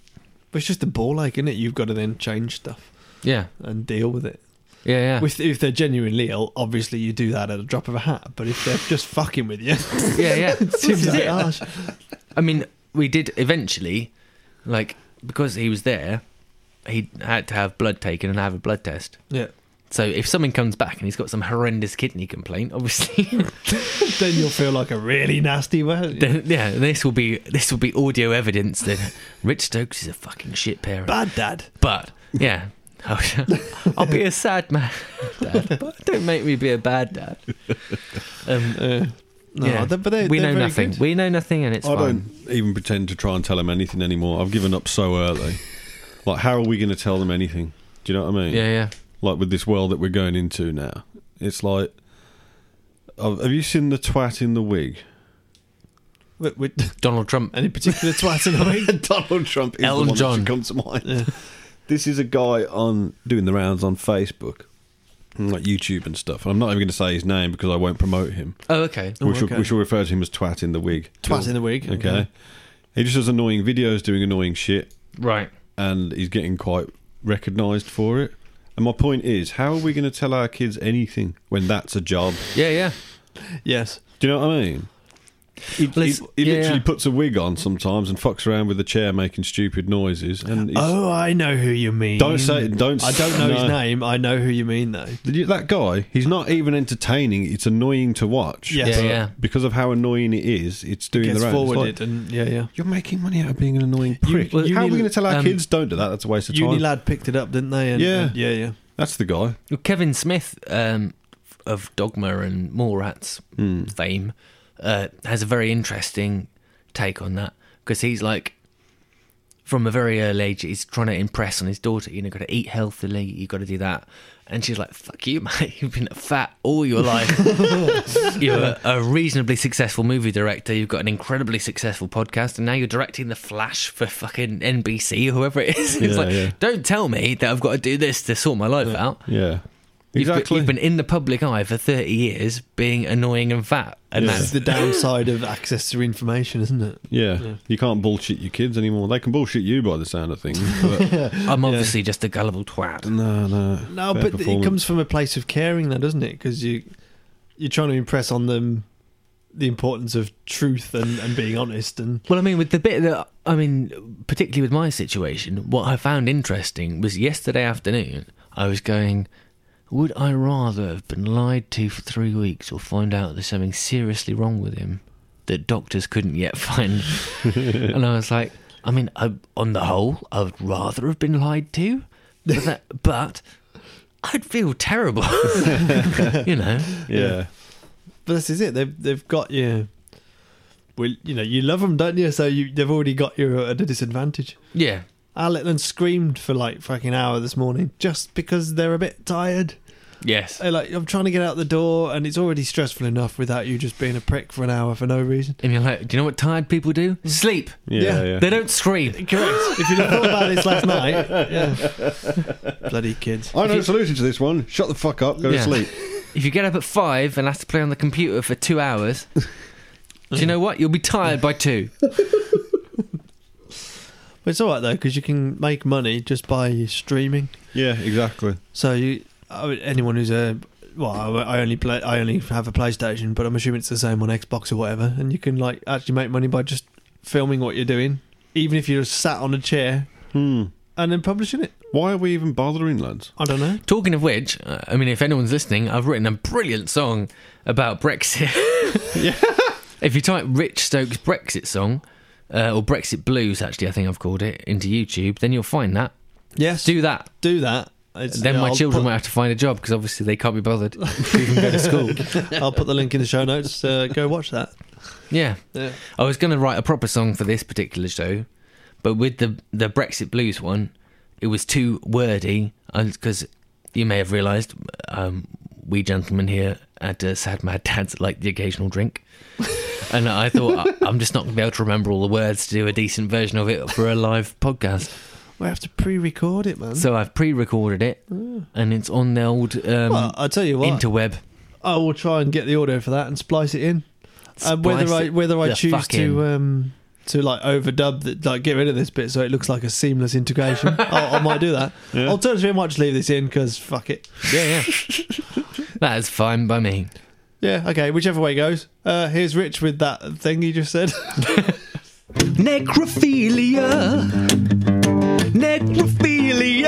But it's just a ball ache, isn't it? You've got to then change stuff yeah, and deal with it. yeah, yeah. With if they're genuinely ill, obviously you do that at a drop of a hat. But if they're just fucking with you, yeah, yeah. it seems like ah. harsh. I mean, we did eventually, like, because he was there, he had to have blood taken and have a blood test. Yeah. So if someone comes back and he's got some horrendous kidney complaint, obviously, Then you'll feel like a really nasty man. then, yeah, this will be this will be audio evidence that Rich Stokes is a fucking shit parent. Bad dad. But yeah, I'll be a sad man, Dad. But don't make me be a bad dad. Um, No, yeah, they- but they we they're know very nothing. good. We know nothing, and it's I fine. don't even pretend to try and tell them anything anymore. I've given up so early. like, how are we going to tell them anything? Do you know what I mean? Yeah, yeah. Like with this world that we're going into now, it's like, have have you seen the twat in the wig? With- with- Donald Trump. any particular twat in the week? Donald Trump is Elton the one that John. should come to mind. This is a guy on doing the rounds on Facebook, and, like YouTube and stuff. And I'm not even going to say his name because I won't promote him. Oh, okay. Oh, we, shall, okay. we shall refer to him as Twat in the wig. Twat in the week. Okay. He just does annoying videos, doing annoying shit, Right. and he's getting quite recognised for it. And my point is, how are we going to tell our kids anything when that's a job? Yeah, yeah. Yes. Do you know what I mean? He, Well, he- it's- he yeah, literally yeah. puts a wig on sometimes and fucks around with the chair making stupid noises. And he's, Oh, I know who you mean. Don't say- don't- I don't know his no. name. I know who you mean though. That guy, he's not even entertaining. It's annoying to watch. Yes. Yeah, But yeah. Because of how annoying it is, it's doing Gets the rounds. It's like, forwarded and yeah, yeah. You're making money out of being an annoying prick. well, how are uni- we going to tell our um, kids don't do that? That's a waste of time. Uni lad picked it up, didn't they? And, Yeah. and- yeah, yeah. That's the guy. Well, Kevin Smith um, of Dogma and Mallrats Hmm. fame uh, has a very interesting take on that because he's like, from a very early age, he's trying to impress on his daughter. You know, got to eat healthily. You got to do that. And she's like, "Fuck you, mate. You've been fat all your life. you're a, a reasonably successful movie director. You've got an incredibly successful podcast, and now you're directing The Flash for fucking NBC or whoever it is. it's Yeah, like, yeah. don't tell me that I've got to do this to sort my life out. Yeah. You've been- Exactly. You've been, in the public eye for 30 years being annoying and fat. And That's the downside of access to information, isn't it? yeah. You can't bullshit your kids anymore. They can bullshit you by the sound of things. But that's, I'm obviously just a gullible twat. no, no. No, Fair but it performance. comes from a place of caring, though, doesn't it? Because you you're trying to impress on them the importance of truth and, and being honest and Well, I mean, with the bit that, I mean, particularly with my situation, what I found interesting was yesterday afternoon, I was going, would I rather have been lied to for three weeks or find out there's something seriously wrong with him that doctors couldn't yet find? and I was like, I mean, I, on the whole, I would rather have been lied to, but, that, but I'd feel terrible, you know. Yeah. But this is it. They've they've got you. Well, you know, you love them, don't you? So you they've already got you at a disadvantage. Yeah, Al Letland screamed for like fucking hour this morning just because they're a bit tired. yes, They're like, I'm trying to get out the door, and it's already stressful enough without you just being a prick for an hour for no reason. and you're like, do you know what tired people do? Sleep. Yeah. Yeah. Yeah. They don't scream. Correct. if you'd have thought about this last night, yeah. bloody kids. I know the solution to this one. Shut the fuck up. Go Yeah. to sleep. If you get up at five and have to play on the computer for two hours, do you know what? You'll be tired by two. But it's all right though because you can make money just by streaming. Yeah, exactly. So you, I would- anyone who's a well, I I only play, I only have a PlayStation, but I'm assuming it's the same on Xbox or whatever, and you can like actually make money by just filming what you're doing, even if you're just sat on a chair and then publishing it. Why are we even bothering, lads? I don't know. Talking of which, uh, I mean, if anyone's listening, I've written a brilliant song about Brexit. if you type Rich Stokes Brexit song, uh, or Brexit Blues, actually, I think I've called it, into YouTube, then you'll find that. Yes, do Do that. do that. It's- Then yeah, my I'll children put- might have to find a job because obviously they can't be bothered to even go to school. I'll put the link in the show notes. Uh, go watch that. Yeah. Yeah. I was going to write a proper song for this particular show, but with the the Brexit Blues one, it was too wordy. Because you may have realised, um, we gentlemen here at uh, Sad Mad Dads like the occasional drink. and I thought, I, I'm just not going to be able to remember all the words to do a decent version of it for a live podcast. We have to pre-record it, man. So I've pre recorded it, and it's on the old um, Mm. well, I tell you what, interweb. I will try and get the audio for that and splice it in. And Uh, whether Splice I it whether I the choose fuck in. to um to like overdub that like get rid of this bit so it looks like a seamless integration, I, I might do that. Alternatively, I might just leave this in because fuck it. Yeah, yeah. that is fine by me. Yeah, okay. Whichever way goes. Uh, here's Rich with that thing he just said. Necrophilia. Necrophilia.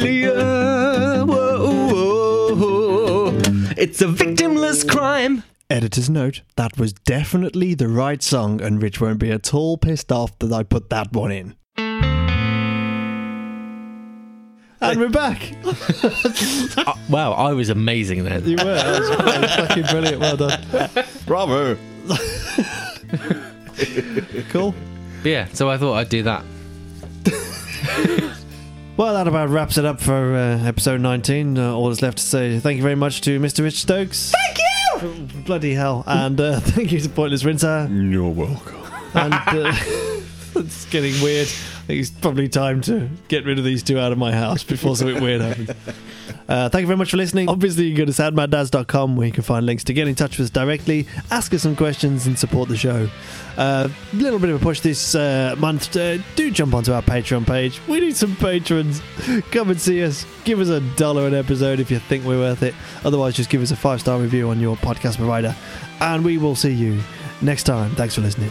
Necrophilia. Whoa, whoa. It's a victimless crime. Editor's note: That was definitely the right song, and Rich won't be at all pissed off that I put that one in. And we're back. Wow, I was amazing then. You were. That was, that was fucking brilliant. Well done. Bravo. Cool. Yeah, so I thought I'd do that. Well, that about wraps it up for uh, episode 19. Uh, all that's left to say, thank you very much to Mr. Rich Stokes. Thank you! Bloody hell. And uh, thank you to Pointless Rinser. You're welcome. and uh, it's getting weird. I think it's probably time to get rid of these two out of my house before something weird happens. Uh, thank you very much for listening. Obviously, you can go to sadmaddads.com where you can find links to get in touch with us directly, ask us some questions, and support the show. A little bit of a push this uh, month. Uh, do jump onto our Patreon page. We need some patrons. Come and see us. Give us a dollar an episode if you think we're worth it. Otherwise, just give us a five star review on your podcast provider. And we will see you next time. Thanks for listening.